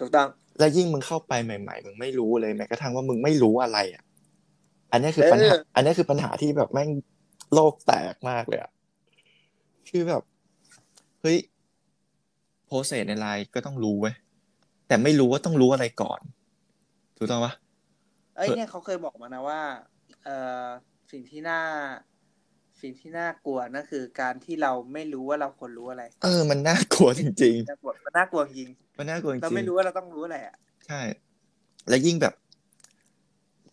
Speaker 2: ถูกต้อง
Speaker 1: และยิ่งมึงเข้าไปใหม่ ๆ มึงไม่รู้เลยแม้กระทั่งว่ามึงไม่รู้อะไรอะอันนี้คือปัญหา
Speaker 2: เออ
Speaker 1: อันนี้คือปัญหาที่แบบแม่งโลกแตกมากเลยอะคือแบบเฮ้ยโพสเซสในไลน์ก็ต้องรู้เว้ยแต่ไม่รู้ว่าต้องรู้อะไรก่อน ถูกต้องปะ
Speaker 2: เอ้ย
Speaker 1: เออ
Speaker 2: เนี่ยเขาเคยบอกมานะว่า เอ่อสิ่งที่น่า สิ่งที่น่ากลัวนั่นคือ การที่เราไม่รู้ว่าเราควรรู้อะไร
Speaker 1: เออ มันน่ากลัวจริง
Speaker 2: น่ากลัวมันน่ากลัวจริง
Speaker 1: ๆ มันน่ากลัวจริง
Speaker 2: เราไม่รู้ว่าเราต้องรู้อะไรอ่ะ
Speaker 1: ใช่ และยิ่งแบบ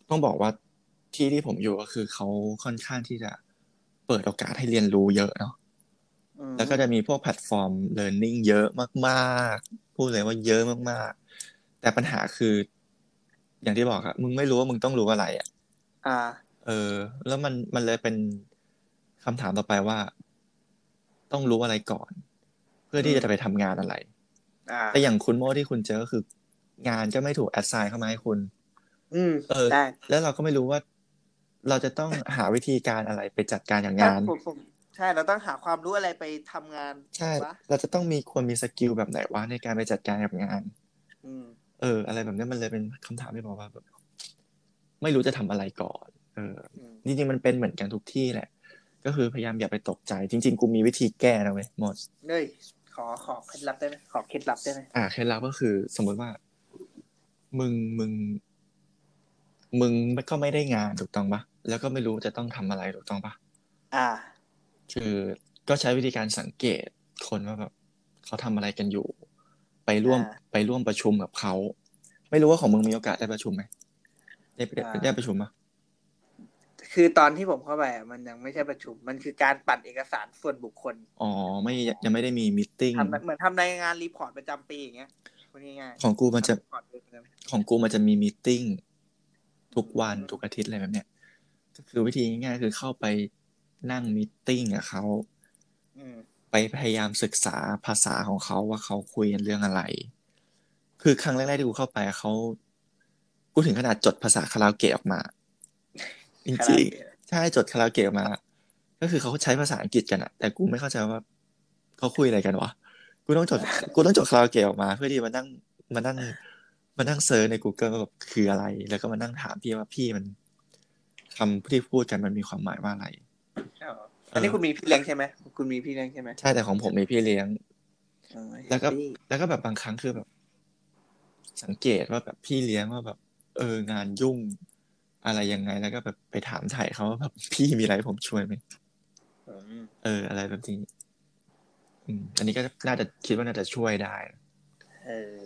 Speaker 1: ต้องบอกว่าที่ที่ผมอยู่ก็คือเขาค่อนข้างที่จะเปิดโอกาสให้เรียนรู้เยอะเนาะ
Speaker 2: อืม
Speaker 1: แล้วก็จะมีพวกแพลตฟอร์ม learning เยอะมากๆ พูดเลยว่าเยอะมากๆ แต่ปัญหาคือ อย่างที่บอกอะมึงไม่รู้ว่ามึงต้องรู้อะไรอะ
Speaker 2: อ่า
Speaker 1: เออ แล้วมันมันเลยเป็นคำถามต่อไปว่า ต้องรู้อะไรก่อน เพื่อที่จะไปทำงานอะไร
Speaker 2: อ่า
Speaker 1: แต่อย่างคุณโม่ที่คุณเจอก็คือ งานก็ไม่ถูกแอดไซน์เข้ามาให้คุณ
Speaker 2: อืม
Speaker 1: เออ
Speaker 2: ได้
Speaker 1: แล้วเราก็ไม่รู้ว่า เราจะต้องหาวิธีการอะไรไปจัดการกับงาน
Speaker 2: ผมผมใช่เราต้องหาความรู้อะไรไปทำงาน
Speaker 1: ใช่
Speaker 2: วะ
Speaker 1: เราจะต้องมีควรมีสกิลแบบไหนวะในการไปจัดการกับงาน
Speaker 2: อืม
Speaker 1: เออ อะไรแบบนี้มันเลยเป็นคำถามที่บอกว่าแบบไม่รู้จะทำอะไรก่อน เออ
Speaker 2: อืม
Speaker 1: จริงๆมันเป็นเหมือนกันทุกที่แหละ ก็คือพยายามอย่าไปตกใจ จริง ๆ กูมีวิธีแก้นะเว้ยหมด
Speaker 2: เฮ้ยขอขอเคล็ดลับได้ไหมขอเคล็ดลับได้ไหม
Speaker 1: อ่าเคล็ดลับก็คือ สมมติว่า มึงมึง มึงก็ไม่ได้งานถูกต้องปะแล้วก็ไม่รู้จะต้องทำอะไรถูกต้องปะ
Speaker 2: อ่า
Speaker 1: คือก็ใช้วิธีการสังเกตคนว่าแบบเขาทำอะไรกันอยู่ ไปร่วม
Speaker 2: อ่า
Speaker 1: ไปร่วมประชุมกับเขา ไม่รู้ว่าของมึงมีโอกาสได้ประชุมไหมได้ได้
Speaker 2: อ่า
Speaker 1: ได้ประชุมปะ
Speaker 2: คือตอนที่ผมเข้าไปอ่ะมันยังไม่ใช่ประชุม มันคือการปั่นเอกสารส่วนบุคคล
Speaker 1: อ๋อไม่ยังไม่ได้มีมิทติ้ง
Speaker 2: ทำเหมือนทำรายงานรีพอร์ตประจำปีอย่างเงี้ยพูดง่ายๆ
Speaker 1: ของกูมันจะ
Speaker 2: รีพอร์ตเดือนประจำปี
Speaker 1: ของกูมันจะมีมิทติ้งทุกวันทุกอาทิตย์อะไรแบบเนี้ยก็คือวิธีง่ายๆคือเข้าไปนั่งมิทติ้งกับเขา
Speaker 2: อืม
Speaker 1: ไปพยายามศึกษาภาษาของเขาว่าเขาคุยกันเรื่องอะไร คือครั้งแรกๆที่กูเข้าไปเขากูถึงขนาดจดภาษาคาราโอเกะออกมา จ
Speaker 2: คา
Speaker 1: ริ
Speaker 2: ราง โอเกะ
Speaker 1: ๆใช่จดคาราโอเกะมา ก็คือเขาใช้ภาษาอังกฤษกันอะแต่กูไม่เข้าใจว่าเขาคุยอะไรกันวะกูต้องจดกูต้องจดคาราโอเกะออกมา เพื่อที่มานั่งมานั่งมานั่งเซิร์ชใน Google ว่าแบบคืออะไร แล้วก็มานั่งถามพี่ว่าพี่มันคำที่พูดกันมันมีความหมายว่าอะไร
Speaker 2: อ้าวอันนี้คุณมีพี่เลี้ยงใช่ไหมคุณมีพี่เลี้ยงใช่ไหม
Speaker 1: ใช่แต่ของผมมีพี่เลี้ยง
Speaker 2: อ๋อ
Speaker 1: แล้วก็
Speaker 2: พี่
Speaker 1: แล้วก็แบบบางครั้งคือแบบ สังเกตว่าแบบพี่เลี้ยงว่าแบบ เอองานยุ่งอะไรยังไง แล้วก็แบบไปถามถ่ายเขาว่าแบบ พี่มีอะไรให้ผมช่วยไหม
Speaker 2: อืม
Speaker 1: เอออะไรแบบนี้อืมอันนี้ก็น่าจะคิดว่าน่าจะช่วยได้
Speaker 2: เออ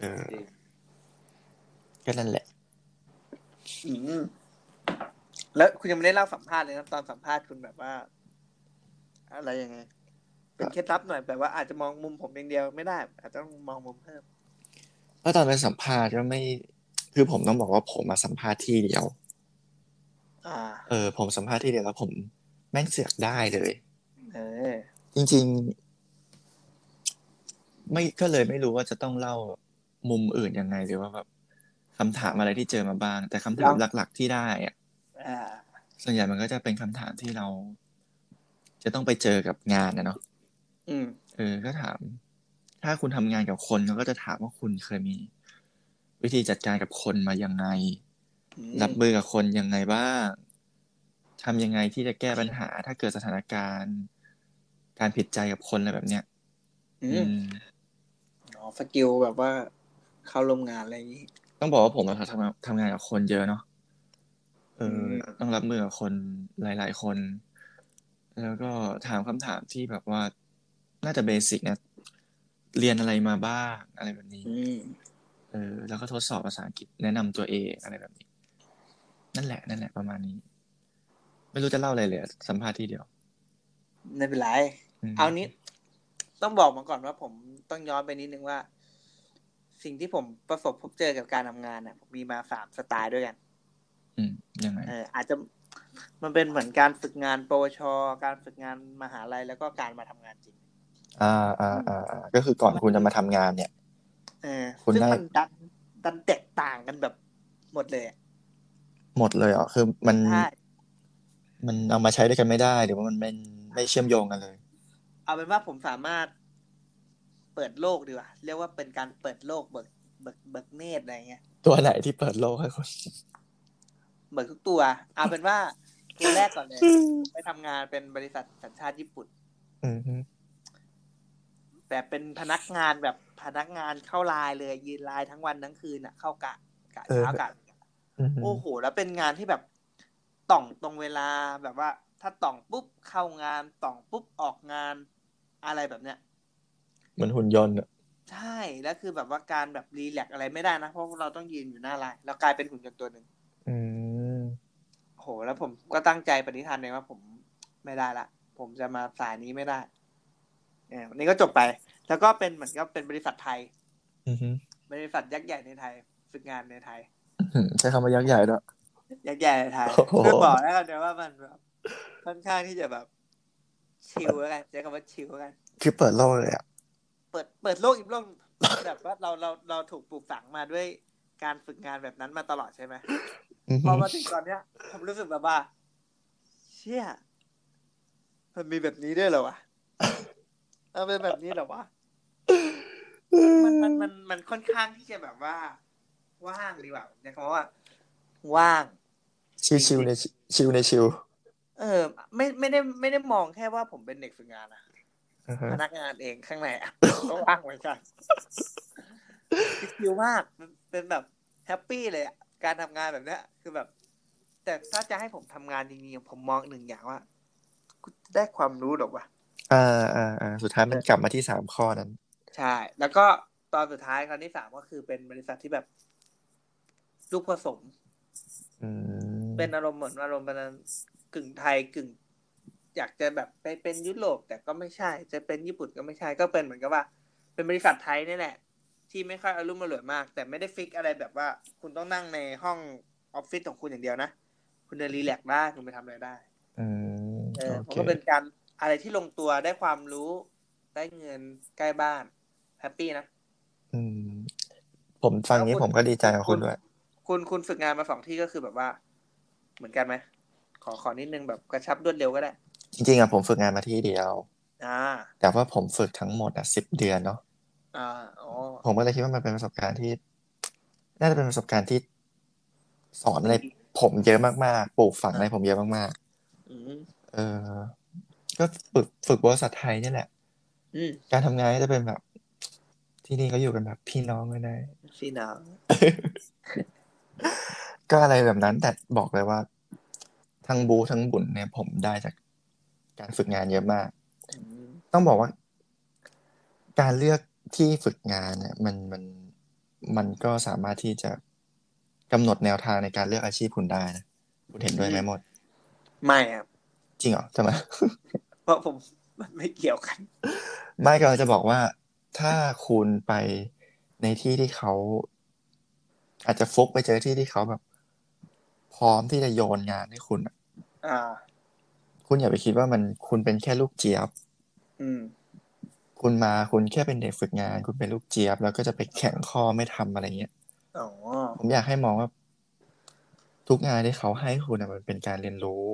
Speaker 1: เออ ก็นั่นแหละ
Speaker 2: อืมแล้วคุณยังไม่ได้เล่าสัมภาษณ์เลยนะตอนสัมภาษณ์คุณแบบว่า อะไรยังไง เป็นเคล็ดลับหน่อยแบบว่าอาจจะมองมุมผมอย่างเดียวไม่ได้ อาจจะต้องมองมุมเพิ่ม
Speaker 1: แล้วตอนไปสัมภาษณ์ก็ไม่ คือผมต้องบอกว่าผมมาสัมภาษณ์ที่เดียว
Speaker 2: อ่า
Speaker 1: เออ ผมสัมภาษณ์ที่เดียวแล้วผมแม่งเสือกได้เลย
Speaker 2: เออ
Speaker 1: จริง ๆ ไม่ก็เลยไม่รู้ว่าจะต้องเล่ามุมอื่นยังไงหรือว่าแบบ คำถามอะไรที่เจอมาบ้าง แต่คำถามหลัก ๆ ที่ได้อะ
Speaker 2: อ่า
Speaker 1: ส่วนใหญ่มันก็จะเป็นคำถามที่เรา จะต้องไปเจอกับงานนะเนาะ
Speaker 2: อืม
Speaker 1: เออก็ถาม ถ้าคุณทำงานกับคนเขาก็จะถามว่าคุณเคยมี วิธีจัดการกับคนมายังไง รับมือกับคนยังไงบ้างทำยังไงที่จะแก้ปัญหา ถ้าเกิดสถานการณ์ การผิดใจกับคนอะไรแบบเนี้ย
Speaker 2: อื
Speaker 1: อื
Speaker 2: ม
Speaker 1: ม
Speaker 2: อ๋อสกิลแบบว่าเข้าร่วมงานอะไรอย่างนี้
Speaker 1: ต้องบอกว่าผมอะทำงานทำงานกับคนเยอะเนาะ เออ
Speaker 2: ม
Speaker 1: อต้องรับมือกับคนหลาย ๆ คน แล้วก็ถามคำถามที่แบบว่า น่าจะเบสิกนะ เรียนอะไรมาบ้างอะไรแบบนี้
Speaker 2: อืม
Speaker 1: เออ แล้วก็ทดสอบภาษาอังกฤษแนะนำตัวเองอะไรแบบนี้ นั่นแหละ นั่นแหละประมาณนี้ ไม่รู้จะเล่าอะไรเลยอะสัมภาษณ์ที่เดียว
Speaker 2: ไม่เป็นไร
Speaker 1: ม
Speaker 2: เอานี้ต้องบอกมาก่อนว่าผมต้องย้อนไปนิดนึงว่า สิ่งที่ผมประสบพบเจอกับการทำงานน่ะผมมีมาสามสไตล์ด้วยกัน
Speaker 1: อืมยังไง
Speaker 2: เอออาจจะมันเป็นเหมือนการฝึกงานปวช การฝึกงานมหาลัยแล้วก็การมาทำงานจริง
Speaker 1: อ่าอ่าอ่าอ่าก็คือก่อนคุณจะมาทำงานเนี่ย
Speaker 2: เออ
Speaker 1: คุณ
Speaker 2: ซึ่ง
Speaker 1: ได้
Speaker 2: มันดันดันแตกต่างกันแบบหมดเลยอะ
Speaker 1: หมดเลยเหรอคือมัน
Speaker 2: ใช่
Speaker 1: มันเอามาใช้ด้วยกันไม่ได้หรือว่ามันไม่ไม่เชื่อมโยงกันเลย
Speaker 2: เอาเป็นว่าผมสามารถเปิดโลกดีกว่าเรียกว่าเป็นการเปิดโลกเบิกเบิกเบิกเนตรอะไรเงี้ย
Speaker 1: ตัวไหนที่เปิดโลกให้คุณ
Speaker 2: เบิกทุกตัว เอาเป็นว่าตัวแรกก่อนเลยไปทำงานเป็นบริษัทสัญชาติญี่ปุ่น
Speaker 1: อืมฮึ
Speaker 2: แต่เป็นพนักงานแบบพนักงานเข้าไลน์เลยยืนไลน์ทั้งวันทั้งคืนอ่ะ เข้ากะกะเช้ากะ
Speaker 1: อืมฮึ
Speaker 2: โอ้โห แล้วเป็นงานที่แบบต่องตรงเวลาแบบว่า ถ้าต่องปุ๊บเข้างานต่องปุ๊บออกงานอะไรแบบเนี้ย
Speaker 1: เหมือนหุ่นยนต์อะ
Speaker 2: ใช่แล้วคือแบบว่าการแบบรีแลกซ์อะไรไม่ได้นะ เพราะเราต้องยืนอยู่หน้าไลน์เรากลายเป็นหุ่นยนต์ตัวหนึ่ง
Speaker 1: อืม
Speaker 2: โอ้โห แล้วผมก็ตั้งใจปณิธานเลยว่าผมไม่ได้ละ ผมจะมาสายนี้ไม่ได้เนี่ยวันนี้ก็จบไป แล้วก็เป็นเหมือนกับเป็นบริษัทไทย
Speaker 1: อืมฮึ
Speaker 2: บริษัทยักษ์ใหญ่ในไทยฝึกงานในไทย
Speaker 1: อืม ใช้คำว่ายักษ์ใหญ่ด้วย
Speaker 2: ยักษ์ใหญ่ในไทย
Speaker 1: โอ้โห
Speaker 2: เพื่อบอกแล้วกันนะว่ามันแบบค่อนข้างที่จะแบบชิลแล้วกันใช้คำว่าชิลแล้วกัน
Speaker 1: คือเปิดโลกเลยอ่ะ
Speaker 2: เปิดเปิดโลกอีกโลกแบบว่าเราเราเราถูกปลูกฝังมาด้วยการฝึกงานแบบนั้นมาตลอดใช่ไหม
Speaker 1: อืม
Speaker 2: พ
Speaker 1: ฮึ
Speaker 2: อมาถึงตอนเนี้ย ผมรู้สึกแบบว่า เชี่ยมันมีแบบนี้ด้วยเหรอวะมันเป็นแบบนี้เหรอวะมันมันมันมันค่อนข้างที่จะแบบว่า ว่างดีกว่าผมใช้คำว่า ว่าง
Speaker 1: ชิวชิวในชิวในชิว
Speaker 2: เออ ไม่ไม่ได้ไม่ได้มองแค่ว่าผมเป็นเด็กฝึกงานนะ
Speaker 1: อือฮึ
Speaker 2: พนักงานเองข้างในอะ ก็ว่างเหมือนกันคิวมากเป็นเป็นแบบแฮปปี้เลยอะการทำงานแบบเนี้ย คือแบบ แต่ถ้าจะให้ผมทำงานจริงๆผมมองหนึ่งอย่างว่ากูได้ความรู้หรอกวะ
Speaker 1: อ่าอ่าอ่าสุดท้ายมันกลับมาที่สามข้อนั้น
Speaker 2: ใช่ แล้วก็ตอนสุดท้ายครั้งที่สามก็คือเป็นบริษัทที่แบบลูกผสม
Speaker 1: อืม
Speaker 2: เป็นอารมณ์เหมือนอารมณ์ประมาณกึ่งไทยกึ่ง อยากจะแบบไปเป็นยุโรปแต่ก็ไม่ใช่ จะเป็นญี่ปุ่นก็ไม่ใช่ก็เป็นเหมือนกับว่า เป็นบริษัทไทยนี่แหละ ที่ไม่ค่อยอารมณ์มารวยมาก แต่ไม่ได้ฟิกอะไรแบบว่า คุณต้องนั่งในห้องออฟฟิศของคุณอย่างเดียวนะ คุณเดินรีแลกซ์ได้คุณไปทำอะไรได้
Speaker 1: อืม
Speaker 2: เออ
Speaker 1: โอ
Speaker 2: ผม
Speaker 1: เค
Speaker 2: ก็เป็นการอะไรที่ลงตัวได้ความรู้ได้เงินใกล้บ้านแฮปปี้นะ
Speaker 1: อืม ผมฟังนี้
Speaker 2: แล้วคุณ
Speaker 1: ผมก็ดีใจกับคุณด้วย
Speaker 2: คุณคุณฝึกงานมาสองที่ก็คือแบบว่า เหมือนกันไหมขอขอนิดนึงแบบกระชับรวดเร็วก็ได้
Speaker 1: จริงๆอ่ะผมฝึกงานมาที่เดียว
Speaker 2: อ่า
Speaker 1: แต่ว่าผมฝึกทั้งหมดอ่ะสิบเดือนเนาะ
Speaker 2: อ่าอ๋อ
Speaker 1: ผมก็เลยคิดว่ามันเป็นประสบการณ์ที่ น่าจะเป็นประสบการณ์ที่สอนอะไรผมเยอะมากๆปลูกฝังอะไรผมเยอะมาก
Speaker 2: อืม
Speaker 1: ๆ เออ ก็ฝึกฝึกบริษัทไทยเนี่ยแหละ
Speaker 2: อืม
Speaker 1: การทำงานก็จะเป็นแบบ ที่นี่เขาอยู่กันแบบพี่น้องกันได้
Speaker 2: สีหนาว
Speaker 1: ก็อะไรแบบนั้น แต่บอกเลยว่า ทั้งบูทั้งบุญเนี่ย ผมได้จากการฝึกงานเยอะมาก
Speaker 2: อืม
Speaker 1: ต้องบอกว่า การเลือกที่ฝึกงานเนี่ย มันมันมันก็สามารถที่จะกำหนดแนวทางในการเลือกอาชีพคุณได้นะคุณเห็นด้วยไหมหมด
Speaker 2: ไม่ครับ
Speaker 1: จริงเหรอทำไม
Speaker 2: เพราะผมมันไม่เกี่ยวกัน
Speaker 1: ไม่กำลังจะบอกว่าถ้าคุณไปในที่ที่เขา อาจจะฟุกไปเจอที่ที่เขาแบบ พร้อมที่จะโยนงานให้คุณอะ
Speaker 2: อ่า
Speaker 1: คุณอย่าไปคิดว่ามันคุณเป็นแค่ลูกเจี๊ยบ
Speaker 2: อืม
Speaker 1: คุณมาคุณแค่เป็นเด็กฝึกงาน คุณเป็นลูกเจี๊ยบ แล้วก็จะไปแข่งข้อไม่ทำอะไรเงี้ย
Speaker 2: อ๋อ
Speaker 1: ผมอยากให้มองว่า ทุกงานที่เขาให้คุณน่ะมันเป็นการเรียนรู้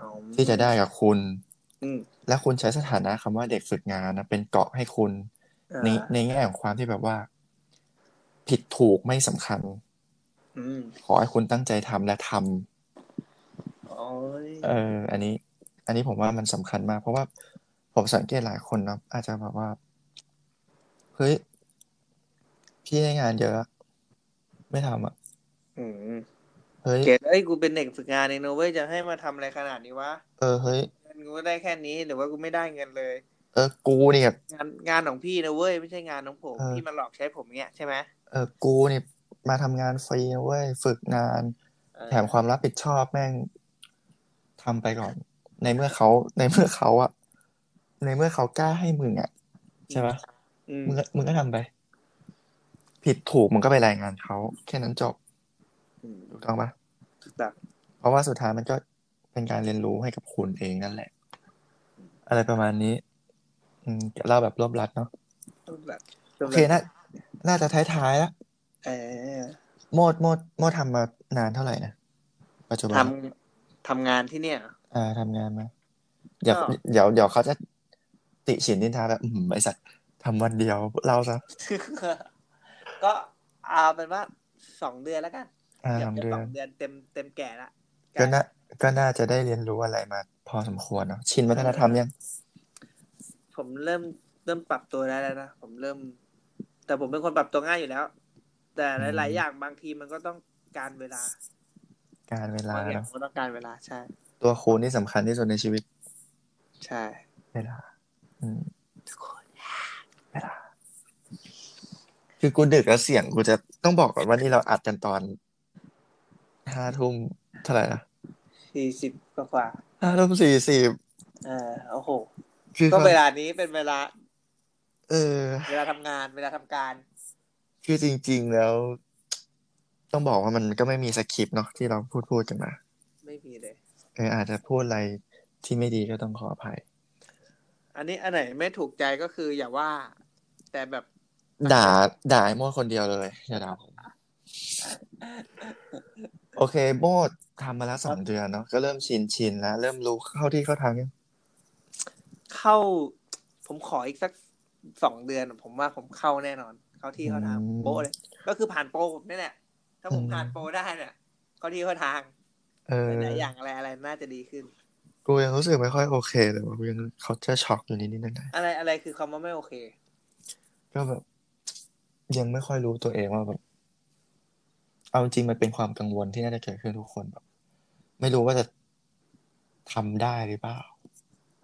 Speaker 2: อ๋อ
Speaker 1: ที่จะได้กับคุณ
Speaker 2: อืม
Speaker 1: และคุณใช้สถานะคำว่าเด็กฝึกงานนะเป็นเกราะให้คุณ
Speaker 2: อ่า
Speaker 1: ในในแง่ของความที่แบบว่า ผิดถูกไม่สำคัญ
Speaker 2: อืม
Speaker 1: ขอให้คุณตั้งใจทำและทำ
Speaker 2: โอ้ย
Speaker 1: เออ อันนี้ อันนี้ผมว่ามันสำคัญมาก เพราะว่าผมสังเกตหลายคนนะอาจจะแบบว่าเฮ้ยพี่ให้งานเยอะ ไม่ทำอ่ะ
Speaker 2: อืม
Speaker 1: เฮ้ย
Speaker 2: เกดเอ้ยกูเป็นเด็กฝึกงานเองนะเว้ยจะให้มาทำอะไรขนาดนี้วะ
Speaker 1: เออเฮ้ย
Speaker 2: เงินกูก็ได้แค่นี้หรือว่ากูไม่ได้เงินเลย
Speaker 1: เออกูเนี่ย
Speaker 2: งานงานของพี่นะเว้ยไม่ใช่งานของผม
Speaker 1: เออ
Speaker 2: พี่มาหลอกใช้ผมเงี้ยใช่ไหม
Speaker 1: เออกูเนี่ยมาทำงานฟรีนะเว้ยฝึกงาน
Speaker 2: เออ
Speaker 1: แถมความรับผิดชอบแม่งทำไปก่อน ในเมื่อเขาในเมื่อเขาอะในเมื่อเขากล้าให้มึงอะใช่ปะ
Speaker 2: อืม
Speaker 1: มึงก็มึงก็ทำไป ผิดถูกมึงก็ไปรายงานเขาแค่นั้นจบ
Speaker 2: อืม
Speaker 1: ถูกต้องปะ
Speaker 2: ถูกต้อง
Speaker 1: เพราะว่าสุดท้ายมันก็เป็นการเรียนรู้ให้กับคุณเองนั่นแหละ อะไรประมาณนี้ อืมเล่าแบบรวบรัดเนาะ
Speaker 2: ถูกต้อง
Speaker 1: โอเคนะน่าจะท้ายๆละ
Speaker 2: เออ
Speaker 1: โมดโมดโมดทำมานานเท่าไหร่นะปัจจุบัน
Speaker 2: ทำทำงานที่เนี่ย
Speaker 1: อ่าทำงานมาเดี๋ยว
Speaker 2: ก็
Speaker 1: เดี๋ยวเดี๋ยวเขาจะติฉินนินทาแบบอืมไอสัตว์ทำวันเดียวเราซะ
Speaker 2: ก็เอาเป็นว่าสองเดือนแล้วกัน
Speaker 1: อ่าทำ
Speaker 2: กืบจะ
Speaker 1: เดือ
Speaker 2: สอน งเดือนเต็มเต็มแก่ละ
Speaker 1: ก็น่าก็น่าจะได้เรียนรู้อะไรมา พอสมควรเนาะชินวัฒนธรรมยัง
Speaker 2: ผมเริ่มเริ่มปรับตัวได้แล้วนะผมเริ่ม แต่ผมเป็นคนปรับตัวง่ายอยู่แล้ว แต่หลาย ๆ อย่างบางทีมันก็ต้องการเวลา
Speaker 1: การเวลา
Speaker 2: บางอย่าง
Speaker 1: เนาะ
Speaker 2: มันก็ต้องการเวลาใช่
Speaker 1: ตัวคูณที่สำคัญที่สุดในชีวิต
Speaker 2: ใช่
Speaker 1: เวลา อืมเวลา คือกูดึกแล้วเสียงกูจะต้องบอกก่อนว่านี่เราอัดกันตอนห้าทุ่มเท่าไหร่นะ
Speaker 2: สี่สิบกว่าๆ
Speaker 1: ห้าทุ่มสี่สิบ
Speaker 2: เออโอ้โห
Speaker 1: คือ
Speaker 2: ก็
Speaker 1: เขา
Speaker 2: เวลานี้เป็นเวลา
Speaker 1: เออ
Speaker 2: เวลาทำงานเวลาทำการ
Speaker 1: คือจริงๆแล้ว ต้องบอกว่ามันก็ไม่มีสคริปต์เนาะที่เราพูดพูดกันมา
Speaker 2: ไม่มีเลย
Speaker 1: เอออาจจะพูดอะไรที่ไม่ดีก็ต้องขออภัย
Speaker 2: อันนี้อันไหนไม่ถูกใจก็คืออย่าว่า แต่แบบ
Speaker 1: ด่าด่าไอ้โมดคนเดียวเลยอย่าด่าผมโอเค โมดทำมาแล้วสองเดือนเนาะก็เริ่มชินชินแล้วเริ่มรู้เข้าที่เข้าทางยัง
Speaker 2: เข้า ผมขออีกสักสองเดือน ผมว่าผมเข้าแน่นอน เข้าที่เข้าทางโป้เลย ก็คือผ่านโปรผมนี่แหละถ้าผมผ่านโปรได้เนี่ยเข้าที่เข้าทาง
Speaker 1: เออ
Speaker 2: หลายๆอย่างอะไรอะไรน่าจะดีขึ้น
Speaker 1: กูยังรู้สึกไม่ค่อยโอเคเลยว่ากูยังเขาจะช็อกอยู่นิดนิดๆหน่อย
Speaker 2: อะไรอะไรคือคำว่าไม่โอเค
Speaker 1: ๆก็แบบ ยังไม่ค่อยรู้ตัวเองว่าแบบ เอาจริงๆมันเป็นความกังวลที่น่าจะเกิดขึ้นทุกคนแบบ ไม่รู้ว่าจะทำได้หรือเปล่า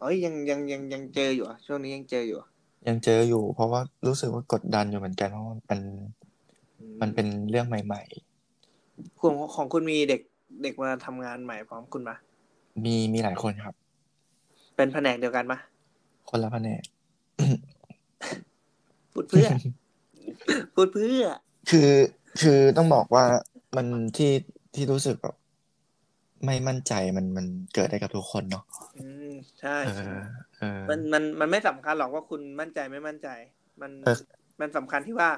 Speaker 2: เอ้ยยังยังยังยังเจออยู่อะช่วงนี้ยังเจออยู่อะ
Speaker 1: ยังเจออยู่ เพราะว่ารู้สึกว่ากดดันอยู่เหมือนกันเพราะว่ามัน
Speaker 2: อื
Speaker 1: มันเป็นเรื่องใหม่
Speaker 2: ของของคุณมีเด็กเด็กมาทำงานใหม่พร้อมคุณมา
Speaker 1: ๆ มีมีหลายคนครับ
Speaker 2: เป็นแผนกเดียวกันปะ
Speaker 1: คนละแผนก
Speaker 2: พูดเพื่ อ พูดเพื่อ
Speaker 1: คือคือต้องบอกว่ามันที่ที่รู้สึกแบบไม่มั่นใจมันมันเกิดได้กับทุกคนเนาะ
Speaker 2: อืมใช่
Speaker 1: เอ
Speaker 2: ใช่
Speaker 1: อเออ
Speaker 2: มันมันมันไม่สำคัญหรอกว่าคุณมั่นใจไม่มั่นใจ มัน
Speaker 1: เออ
Speaker 2: มันสำคัญที่ว่า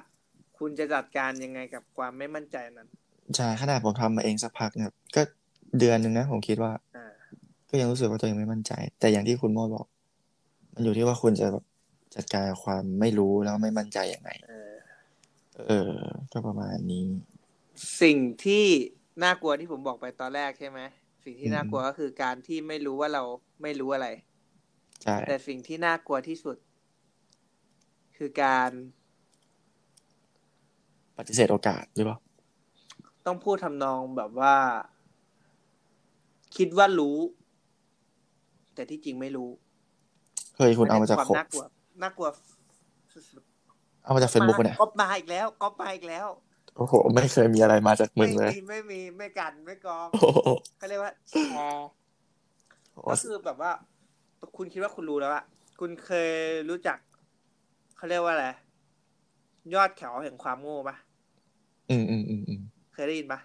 Speaker 2: คุณจะจัดการยังไงกับความไม่มั่นใจนั้น
Speaker 1: ใช่ขนาดผมทำมาเองสักพักเนี่ยก็เดือนหนึ่งนะผมคิดว่า
Speaker 2: อ่า
Speaker 1: ก็ยังรู้สึกว่าตัวเองไม่มั่นใจ แต่อย่างที่คุณโมบอก มันอยู่ที่ว่าคุณจะแบบจัดการกับความไม่รู้แล้วไม่มั่นใจยังไง
Speaker 2: เออ
Speaker 1: เออ ก็ประมาณนี้
Speaker 2: สิ่งที่น่ากลัวที่ผมบอกไปตอนแรกใช่ไหมสิ่งที่
Speaker 1: อืม
Speaker 2: น่ากลัวก็คือการที่ไม่รู้ว่าเราไม่รู้อะไร
Speaker 1: ใช่
Speaker 2: แต่สิ่งที่น่ากลัวที่สุด คือการ
Speaker 1: ปฏิเสธโอกาสหรือเปล่า
Speaker 2: ต้องพูดทำนองแบบว่า คิดว่ารู้ แต่ที่จริงไม่รู้
Speaker 1: เคยคุณเอามาจาก
Speaker 2: ควา
Speaker 1: โค
Speaker 2: มน่ากลัวน่ากลัวสุด
Speaker 1: เอามาจาก
Speaker 2: ๆ
Speaker 1: เฟซบุ๊กเนี่ย
Speaker 2: มาก๊อปมาอีกแล้วก๊อปมาอีกแล้ว
Speaker 1: โอ้โหไม่เคยมีอะไรมาจากมึ
Speaker 2: ไม่
Speaker 1: งเลย
Speaker 2: มีไม่มีไม่กันไม่กรอง
Speaker 1: โอ้โห
Speaker 2: เขาเรียกว่าแชร์
Speaker 1: โอ้โห
Speaker 2: ก็คือแบบว่า คุณคิดว่าคุณรู้แล้วอะคุณเคยรู้จักเขาเรียกว่าอะไรยอดเขาแห่งความโง่ปะ
Speaker 1: อืมอืมอืมอืม
Speaker 2: เคยได้ยินปะ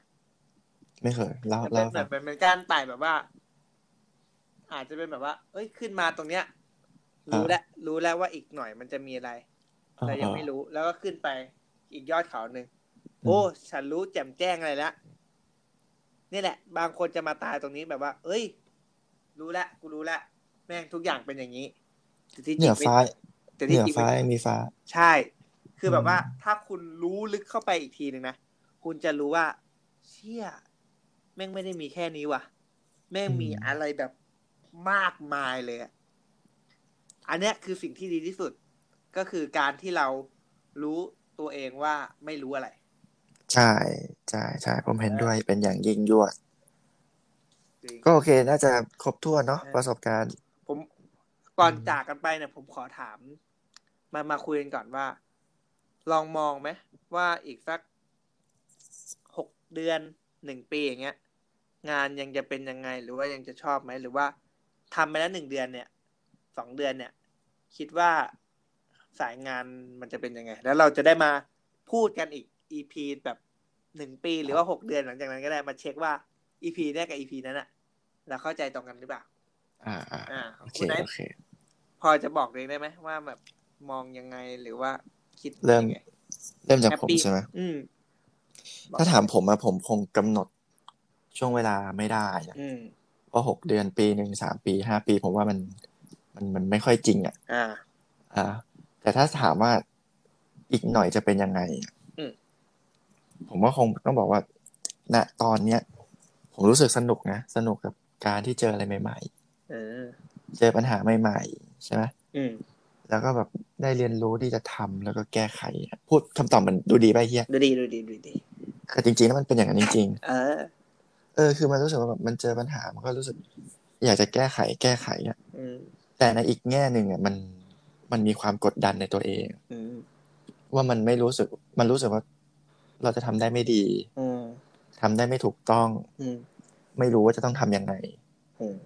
Speaker 1: ไม่เคยเล่า
Speaker 2: มันเป็
Speaker 1: เล่าน
Speaker 2: แบบมันเป็นการไต่แบบว่า อาจจะเป็นแบบว่า เอ้ยขึ้นมาตรงเนี้ย รู้แล้วรู้แล้วว่าอีกหน่อยมันจะมีอะไร แต่ยังไม่รู้แล้วก็ขึ้นไปอีกยอดเขาหนึ่ง โอ้ฉันรู้แจ่มแจ้งอะไรละนี่แหละ บางคนจะมาตายตรงนี้แบบว่า เอ้ย รู้ละกูรู้ละแม่งทุกอย่างเป็นอย่างนี้แต่ที่จ
Speaker 1: เห
Speaker 2: ริ
Speaker 1: นื
Speaker 2: ง
Speaker 1: อ
Speaker 2: ไม่
Speaker 1: ฟ้า
Speaker 2: แต่
Speaker 1: เห
Speaker 2: ที่
Speaker 1: นือ
Speaker 2: จริง
Speaker 1: ฟ้า
Speaker 2: ไม่
Speaker 1: ยังมีฟ้า
Speaker 2: ใช่ คือแบบว่า
Speaker 1: อืม
Speaker 2: ถ้าคุณรู้ลึกเข้าไปอีกทีหนึ่งนะ คุณจะรู้ว่า เชี่ย แม่งไม่ได้มีแค่นี้ว่ะ แม่งมีอะไรแบบมากมายเลยอะอันเนี้ยคือสิ่งที่ดีที่สุด ก็คือการที่เรารู้ตัวเองว่าไม่รู้อะไร
Speaker 1: ใช่ใช่ใช่ผมเห็นด้วยเป็นอย่างยิ่งยวด
Speaker 2: จริง
Speaker 1: ก็โอเค น่าจะครบถ้วนเนาะ
Speaker 2: ใช่
Speaker 1: ประสบการณ์
Speaker 2: ผมก่อน
Speaker 1: อืม
Speaker 2: จากกันไปเนี่ย ผมขอถาม มามาคุยกันก่อนว่า ลองมองไหมว่าอีกสักหกเดือนหนึ่งปีอย่างเงี้ย งานยังจะเป็นยังไง หรือว่ายังจะชอบไหมหรือว่าทำไปแล้วหนึ่งเดือนเนี่ยสองเดือนเนี่ย คิดว่าสายงานมันจะเป็นยังไง แล้วเราจะได้มาพูดกันอีก EP แบบหนึ่งปีหรือว่าหกเดือนหลังจากนั้นก็ได้มาเช็คว่า EP แรกกับ EP นั้นอะเราเข้าใจตรงกันหรือเปล่า
Speaker 1: อ่าอ่า
Speaker 2: อ่า
Speaker 1: โอเค
Speaker 2: คุณไน
Speaker 1: โอ
Speaker 2: ท์
Speaker 1: เค
Speaker 2: พอจะบอกตัวเองได้ไหมว่าแบบมองยังไงหรือว่าคิด
Speaker 1: เริ่ม
Speaker 2: ยังไง
Speaker 1: เริ่มจากผม
Speaker 2: Happy
Speaker 1: ใช่ไหม
Speaker 2: อืม
Speaker 1: ถ้าถามผมอะผมคงกำหนดช่วงเวลาไม่ได้อะ
Speaker 2: อืม
Speaker 1: เพราะหกเดือนปีหนึ่งสามปีห้าปี ผมว่ามันมันมันไม่ค่อยจริงอ่ะ
Speaker 2: อ่า
Speaker 1: อ่า แต่ถ้าถามว่าอีกหน่อยจะเป็นยังไงอะ
Speaker 2: อืม
Speaker 1: ผมว่าคงต้องบอกว่า ณตอนเนี้ย ผมรู้สึกสนุกนะสนุกกับการที่เจออะไรใหม่
Speaker 2: เออ
Speaker 1: ๆ เจอปัญหาใหม่ ๆ ใช่ไหม
Speaker 2: อืม
Speaker 1: แล้วก็แบบได้เรียนรู้ที่จะทำแล้วก็แก้ไขอะพูดคำตอบมันดูดีไปะเฮีย
Speaker 2: ดูดีดูดีดูดี
Speaker 1: แต่จริงๆแล้วมันเป็นอย่างนั้นจริง
Speaker 2: เออ
Speaker 1: ๆเออคือมันรู้สึกว่าแบบมันเจอปัญหามันก็รู้สึก อยากจะแก้ไขแก้ไขอะ
Speaker 2: อืม
Speaker 1: แต่ในอีกแง่หนึ่งอ่ะมันมันมีความกดดันในตัวเอง
Speaker 2: อืม
Speaker 1: ว่ามันไม่รู้สึก มันรู้สึกว่า เราจะทำได้ไม่ดี
Speaker 2: อืม
Speaker 1: ทำได้ไม่ถูกต้อง
Speaker 2: อืม
Speaker 1: ไม่รู้ว่าจะต้องทำยังไง
Speaker 2: อืม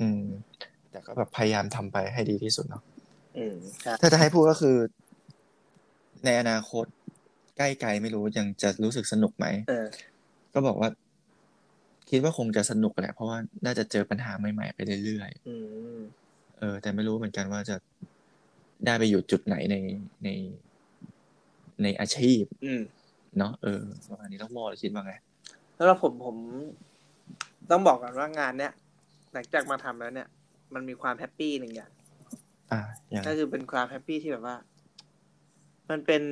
Speaker 1: อืม แต่ก็แบบพยายามทำไปให้ดีที่สุดเนาะ
Speaker 2: อืมครับ
Speaker 1: ถ้าจะให้พูดก็คือ ในอนาคต ใกล้ไกลไม่รู้ยังจะรู้สึกสนุกไหม
Speaker 2: เออ
Speaker 1: ก็บอกว่า คิดว่าคงจะสนุกแหละ เพราะว่าน่าจะเจอปัญหาใหม่ ๆ ไปเรื่อย
Speaker 2: อืม
Speaker 1: ๆเออ แต่ไม่รู้เหมือนกันว่าจะได้ไปอยู่จุดไหนในใน ในอาชีพ
Speaker 2: อืม
Speaker 1: เนาะเออประมาณนี้แล้วโมอคิดว่าไง
Speaker 2: แล้วผมผมต้องบอกก่อนว่างานเนี้ยหลังจากมาทำแล้วเนี่ย มันมีความแฮปปี้หนึ่งอย่าง
Speaker 1: อ่าอย่าง
Speaker 2: ก็คือเป็นความแฮปปี้ที่แบบว่า มันเป็น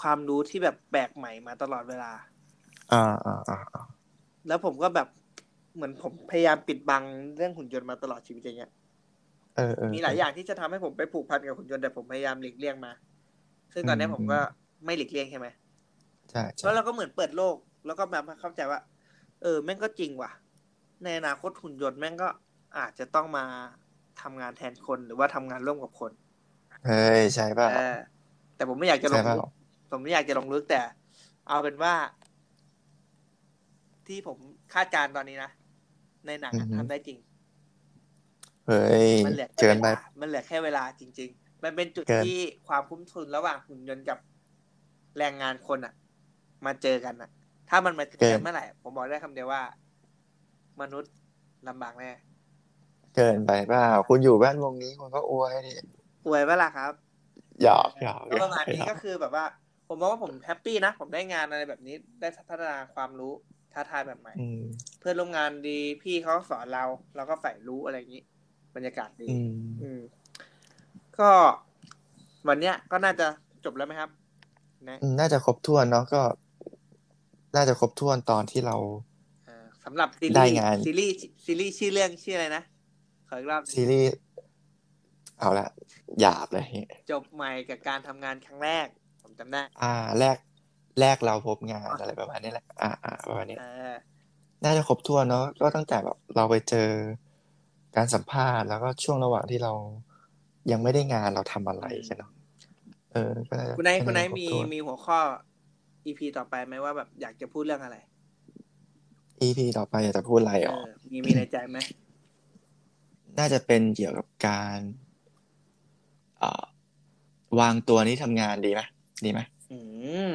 Speaker 2: ความรู้ที่แบบแปลกใหม่มาตลอดเวลา
Speaker 1: อ่าอ่าอ่าอ่า
Speaker 2: แล้วผมก็แบบเหมือนผมพยายามปิดบังเรื่องหุ่นยนต์มาตลอดชีวิตอย่างเงี้ย
Speaker 1: เออเออ
Speaker 2: มีหลายอย่างที่จะทำให้ผมไปผูกพันกับหุ่นยนต์แต่ผมพยายามหลีกเลี่ยงมา ซึ่งตอนนี้
Speaker 1: อืม
Speaker 2: ผมก็ไม่หลีกเลี่ยงใช่ไหม
Speaker 1: ใช่
Speaker 2: แล้
Speaker 1: ใช่
Speaker 2: วเราก็เหมือนเปิดโลก แล้วก็มาเข้าใจว่า เออแม่งก็จริงว่ะ ในอนาคตหุ่นยนต์แม่งก็อาจจะต้องมาทำงานแทนคนหรือว่าทำงานร่วมกับคน
Speaker 1: เฮ้ยใช่เปล่า
Speaker 2: เออแต่ผมไม่อยากจะล
Speaker 1: ใช่
Speaker 2: ง
Speaker 1: เปล่า
Speaker 2: ลึก ผมไม่อยากจะลงลึกแต่ เอาเป็นว่า ที่ผมคาดการณ์ตอนนี้นะ ในหนังอะทำได้จริง
Speaker 1: เฮ้ย
Speaker 2: มันเหลือแค่
Speaker 1: เกิ
Speaker 2: เวน
Speaker 1: ไป
Speaker 2: ลามันเหลือแค่เวลาจริง ๆ มันเป็นจุด
Speaker 1: เกิน
Speaker 2: ที่ความคุ้มทุนระหว่างหุ่นยนต์กับแรงงานคนอะมาเจอกันอะถ้ามันมาเจอกันเมื่อไหร่ผมบอกได้คำเดียวว่า มนุษย์ลำบากแน่
Speaker 1: เกินไปเปล่าคุณอยู่แวดวงนี้คุณก็อวยดิ
Speaker 2: อวยเวล่ะครับ
Speaker 1: หยอกหยอก
Speaker 2: แล้วประมาณ
Speaker 1: ห
Speaker 2: นี้
Speaker 1: ยอ
Speaker 2: ก็คือแบบว่า ผมมองว่าผมแฮปปี้นะ ผมได้งานอะไรแบบนี้ ได้พัฒนาความรู้ท้าทายแบบใหม่
Speaker 1: อืม
Speaker 2: เพื่อนร่วมงานดีพี่เขาสอนเราเราก็ใฝ่รู้อะไรอย่างนี้ บรรยากาศดี
Speaker 1: อืม
Speaker 2: อืม ก็วันเนี้ยก็น่าจะจบแล้วไหมครับ นะ
Speaker 1: อืมน่าจะครบถ้วนเนาะก็ น่าจะครบถ้วนตอนที่เรา
Speaker 2: เอ่อสำหรับซี
Speaker 1: ได้
Speaker 2: รีส์
Speaker 1: งาน
Speaker 2: ซีรีส์ซีรีส์ชื่อเรื่องชื่ออะไรนะขออีกรอบหนึ่ง
Speaker 1: ซีรีส์เอาละหยาบเลย
Speaker 2: จบใหม่กับการทำงานครั้งแรก ผมจำได้
Speaker 1: อ่า แรกแรกเราพบงานอะไรประมาณนี้แหละอ่าอ่าประมาณนี้
Speaker 2: เออ
Speaker 1: น่าจะครบถ้วนเนาะก็ตั้งแต่แบบเราไปเจอการสัมภาษณ์แล้วก็ช่วงระหว่างที่เรายังไม่ได้งานเราทำอะไรกันเนาะเออก็น่าจะ
Speaker 2: คุณไนท์
Speaker 1: ก็าจะ
Speaker 2: คุณไนท์
Speaker 1: รบ
Speaker 2: มี
Speaker 1: ถ้วน
Speaker 2: มีหัวข้ออีพีต่อไปไหมว่าแบบอยากจะพูดเรื่องอะไร
Speaker 1: EP ต่อไปอยากจะพูดอะไร
Speaker 2: เอ
Speaker 1: อ๋อ
Speaker 2: อ มีมีในใจไหม
Speaker 1: น่าจะเป็นเกี่ยวกับการอ่าวางตัวนี่ทำงานดีไหมดีไหม
Speaker 2: อืม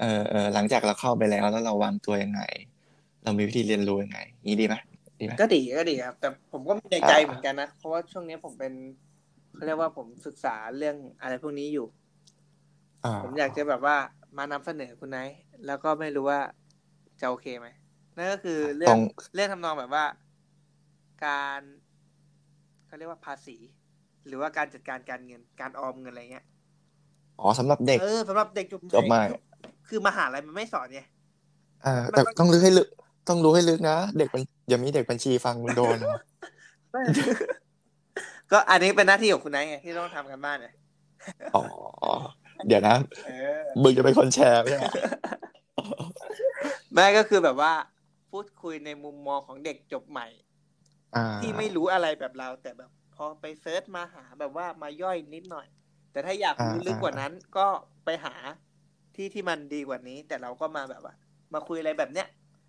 Speaker 1: เออเออหลังจากเราเข้าไปแล้วแล้วเราวางตัวยังไง เรามีวิธีเรียนรู้ยังไงนี้ดีไหมดีไหม
Speaker 2: ก็ดีก็ดีครับ แต่ผมก็มีในใจ
Speaker 1: อ่า
Speaker 2: เหมือนกันนะ เพราะว่าช่วงนี้ผมเป็นเขาเรียกว่าผมศึกษาเรื่องอะไรพวกนี้อยู่
Speaker 1: อ่า
Speaker 2: ผมอยากจะแบบว่ามานำเสนอคุณไนท์แล้วก็ไม่รู้ว่าจะโอเคไหมนั่นก็คือเรื่
Speaker 1: ต
Speaker 2: อ
Speaker 1: รง ง
Speaker 2: เรื่องทำนองแบบว่า การเขาเรียกว่าภาษี หรือว่าการจัดการการเงิน การออมเงินอะไรเงี้ย
Speaker 1: อ๋อสำหรับเด็ก
Speaker 2: เออสำหรับเด็กจบ
Speaker 1: จบใหม่
Speaker 2: คือมหาลัยมันไม่สอนไง
Speaker 1: อ่า
Speaker 2: มัน
Speaker 1: แต่ต้องรู้ให้ลึก ต้องรู้ให้ลึกนะ เด็กมันอย่ามีเด็กบัญชีฟังมึงโดนนะ
Speaker 2: ก็อันนี้เป็นหน้าที่ของคุณไนท์ไงที่ต้องทำกันบ้านไง
Speaker 1: อ๋อ เดี๋ยวนะ
Speaker 2: เออ
Speaker 1: มึงจะเป็นคนแชร์ไม่ใช่เหรอ
Speaker 2: ไม่ก็คือแบบว่าพูดคุยในมุมมองของเด็กจบใหม่
Speaker 1: อ่า
Speaker 2: ที่ไม่รู้อะไรแบบเรา แต่แบบพอไปเซิร์ชมาหาแบบว่ามาย่อยนิดหน่อย แต่ถ้าอยากรู้ลึกกว่านั้นก็ไปหาที่ที่มันดีกว่านี้ แต่เราก็มาแบบว่า มาคุยอะไรแบบเนี้ย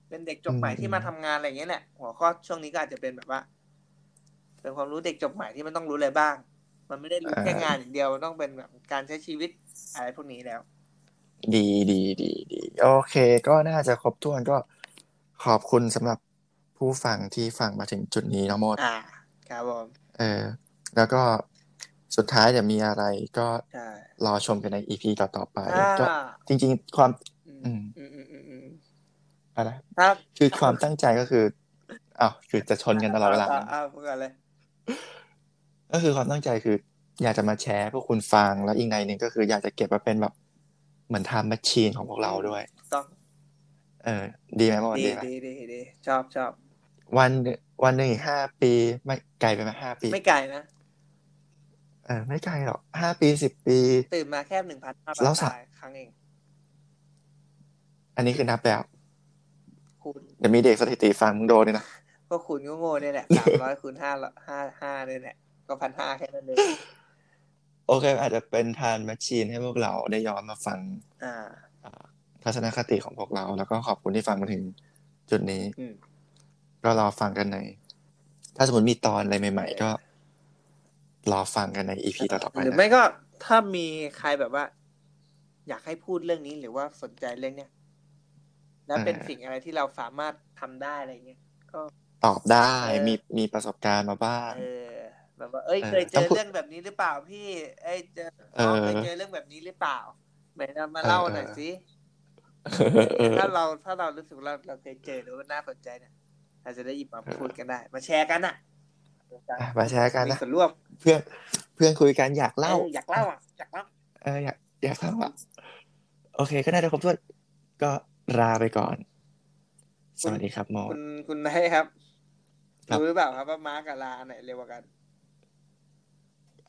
Speaker 2: เป็นเด็กจบใหม่ที่มาทำงานอะไรอย่างเงี้ยแหละหัวข้อช่วงนี้ก็อาจจะเป็นแบบว่า เป็นความรู้เด็กจบใหม่ที่มันต้องรู้อะไรบ้าง มันไม่ได้รู้แค่งานอย่างเดียวมันต้องเป็นแบบการใช้ชีวิตอะไรพวกนี้แล้ว
Speaker 1: ดีดีดีดีโอเค ก็น่าจะครบถ้วนก็ขอบคุณสำหรับผู้ฟังที่ฟังมาถึงจุดนี้น้องโมด
Speaker 2: อ่าครับผม
Speaker 1: เออ แล้วก็สุดท้ายเดี๋ยวมีอะไรก็
Speaker 2: ใช่
Speaker 1: รอชมกันในอีพีต่อๆไป
Speaker 2: อ่า
Speaker 1: ก็จริงๆ ความ
Speaker 2: อืม
Speaker 1: อืม
Speaker 2: อืมอืมอืมอืม
Speaker 1: อะไร
Speaker 2: ครับ
Speaker 1: คือความตั้งใจก็คืออ้าวคือจะชนกันตลอดเวลา
Speaker 2: อ่ะอ่ะพูดกันเลย
Speaker 1: ก็คือความตั้งใจคือ อยากจะมาแชร์ให้พวกคุณฟังแล้วอีกในหนึ่งก็คือ อยากจะเก็บมาเป็นแบบเหมือนทำแมชชีนของพวกเราด้วย
Speaker 2: ต้อง
Speaker 1: เออ ดีไหมวัน
Speaker 2: ดี
Speaker 1: ดีไหม
Speaker 2: ดีดีดีชอบชอบ
Speaker 1: วันหนึ่งวันหนึ่งอีกห้าปี ไม่ไกลไปไหมห้าปี
Speaker 2: ไม่ไกลนะ
Speaker 1: เออไม่ไกลหรอกห้าปีสิบปี
Speaker 2: ตื่นมาแค่หนึ่งพันห้า
Speaker 1: แล้วสะ
Speaker 2: ครั้งเอง
Speaker 1: อันนี้คือนับแบบ
Speaker 2: คุณ
Speaker 1: เดี๋ยวมีเด็กสถิติฟังมึงโดนเลยนะ
Speaker 2: ก็คุณก็โง่เนี่ยแหละสามร้อยคูณห้าห้าห้าเนี่ยแหละก็พันห้าแค่นั้นเอง
Speaker 1: โอเค อาจจะเป็นทานแมชชีนให้พวกเราได้ย้อนมาฟัง
Speaker 2: อ่า
Speaker 1: ทัศนคติของพวกเรา แล้วก็ขอบคุณที่ฟังมาถึงจุดนี้
Speaker 2: อืม
Speaker 1: ก็รอฟังกันใน ถ้าสมมติมีตอนอะไรใหม่ ๆ ก็ รอฟังกันในอีพีต่อๆไป
Speaker 2: หรือ
Speaker 1: นะ
Speaker 2: ไม่ก็ถ้ามีใครแบบว่า อยากให้พูดเรื่องนี้หรือว่าสนใจเรื่องเนี้ยแล้วเป็น
Speaker 1: เออ
Speaker 2: สิ่งอะไรที่เราสามารถทำได้อะไรเงี้ยก็
Speaker 1: ตอบได้
Speaker 2: เออ
Speaker 1: มีมีประสบการณ์มาบ้าง
Speaker 2: เออแบบว่าเอ้ย
Speaker 1: เออ
Speaker 2: เคยเจ
Speaker 1: ต้อ
Speaker 2: อง
Speaker 1: พูด
Speaker 2: เรื่องแบบนี้หรือเปล่าพี่ เอ้ยเจอ
Speaker 1: เออ
Speaker 2: น้องเคยเจอเรื่องแบบนี้หรือเปล่าไหนเรามา
Speaker 1: เออ
Speaker 2: เล่าหน่อยสิ
Speaker 1: เออ
Speaker 2: ถ้าเราถ้าเรารู้สึกว่าเราเราเคยเจอหรือว่าน่าสนใจเนี่ยอาจจะได้หยิบมา
Speaker 1: เออ
Speaker 2: พูดกันได้ มาแชร์กันอ่ะ
Speaker 1: อ่ะมาแชร์กัน
Speaker 2: มี
Speaker 1: นะ
Speaker 2: ส่วนร่วม
Speaker 1: เพื่อนเพื่อนคุยกันอยากเล่า
Speaker 2: อออยากเล่าอ่ะอยากเล่า
Speaker 1: เอออยากอยากเล่าอ่ะโอเค ก็น่าจะครบถ้วนก็ลาไปก่อน สวัสดีครับโม
Speaker 2: คุณคุณไนท์ครับ
Speaker 1: ครับ
Speaker 2: รู้หรือเปล่าครับว่ามาร์กกับลาอันไหนเร็วกว่ากัน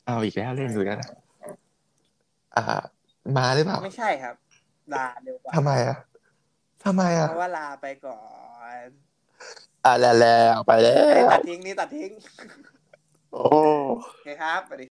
Speaker 1: เอาอีกแล้วเล่นอยู่แล้วนะอ่า มาหรือเปล่า
Speaker 2: ไม่ใช่ครับลาเร็วกว่า
Speaker 1: ทำไมอ่ะทำไมอ่ะ
Speaker 2: เพราะว่าลาไปก่อน
Speaker 1: อ่ะแล้วแล้วไปแล้
Speaker 2: เอ้ยว ตัดทิ้งนี่ตัดทิ้ง
Speaker 1: โอ้
Speaker 2: โอเคครับสวัสดี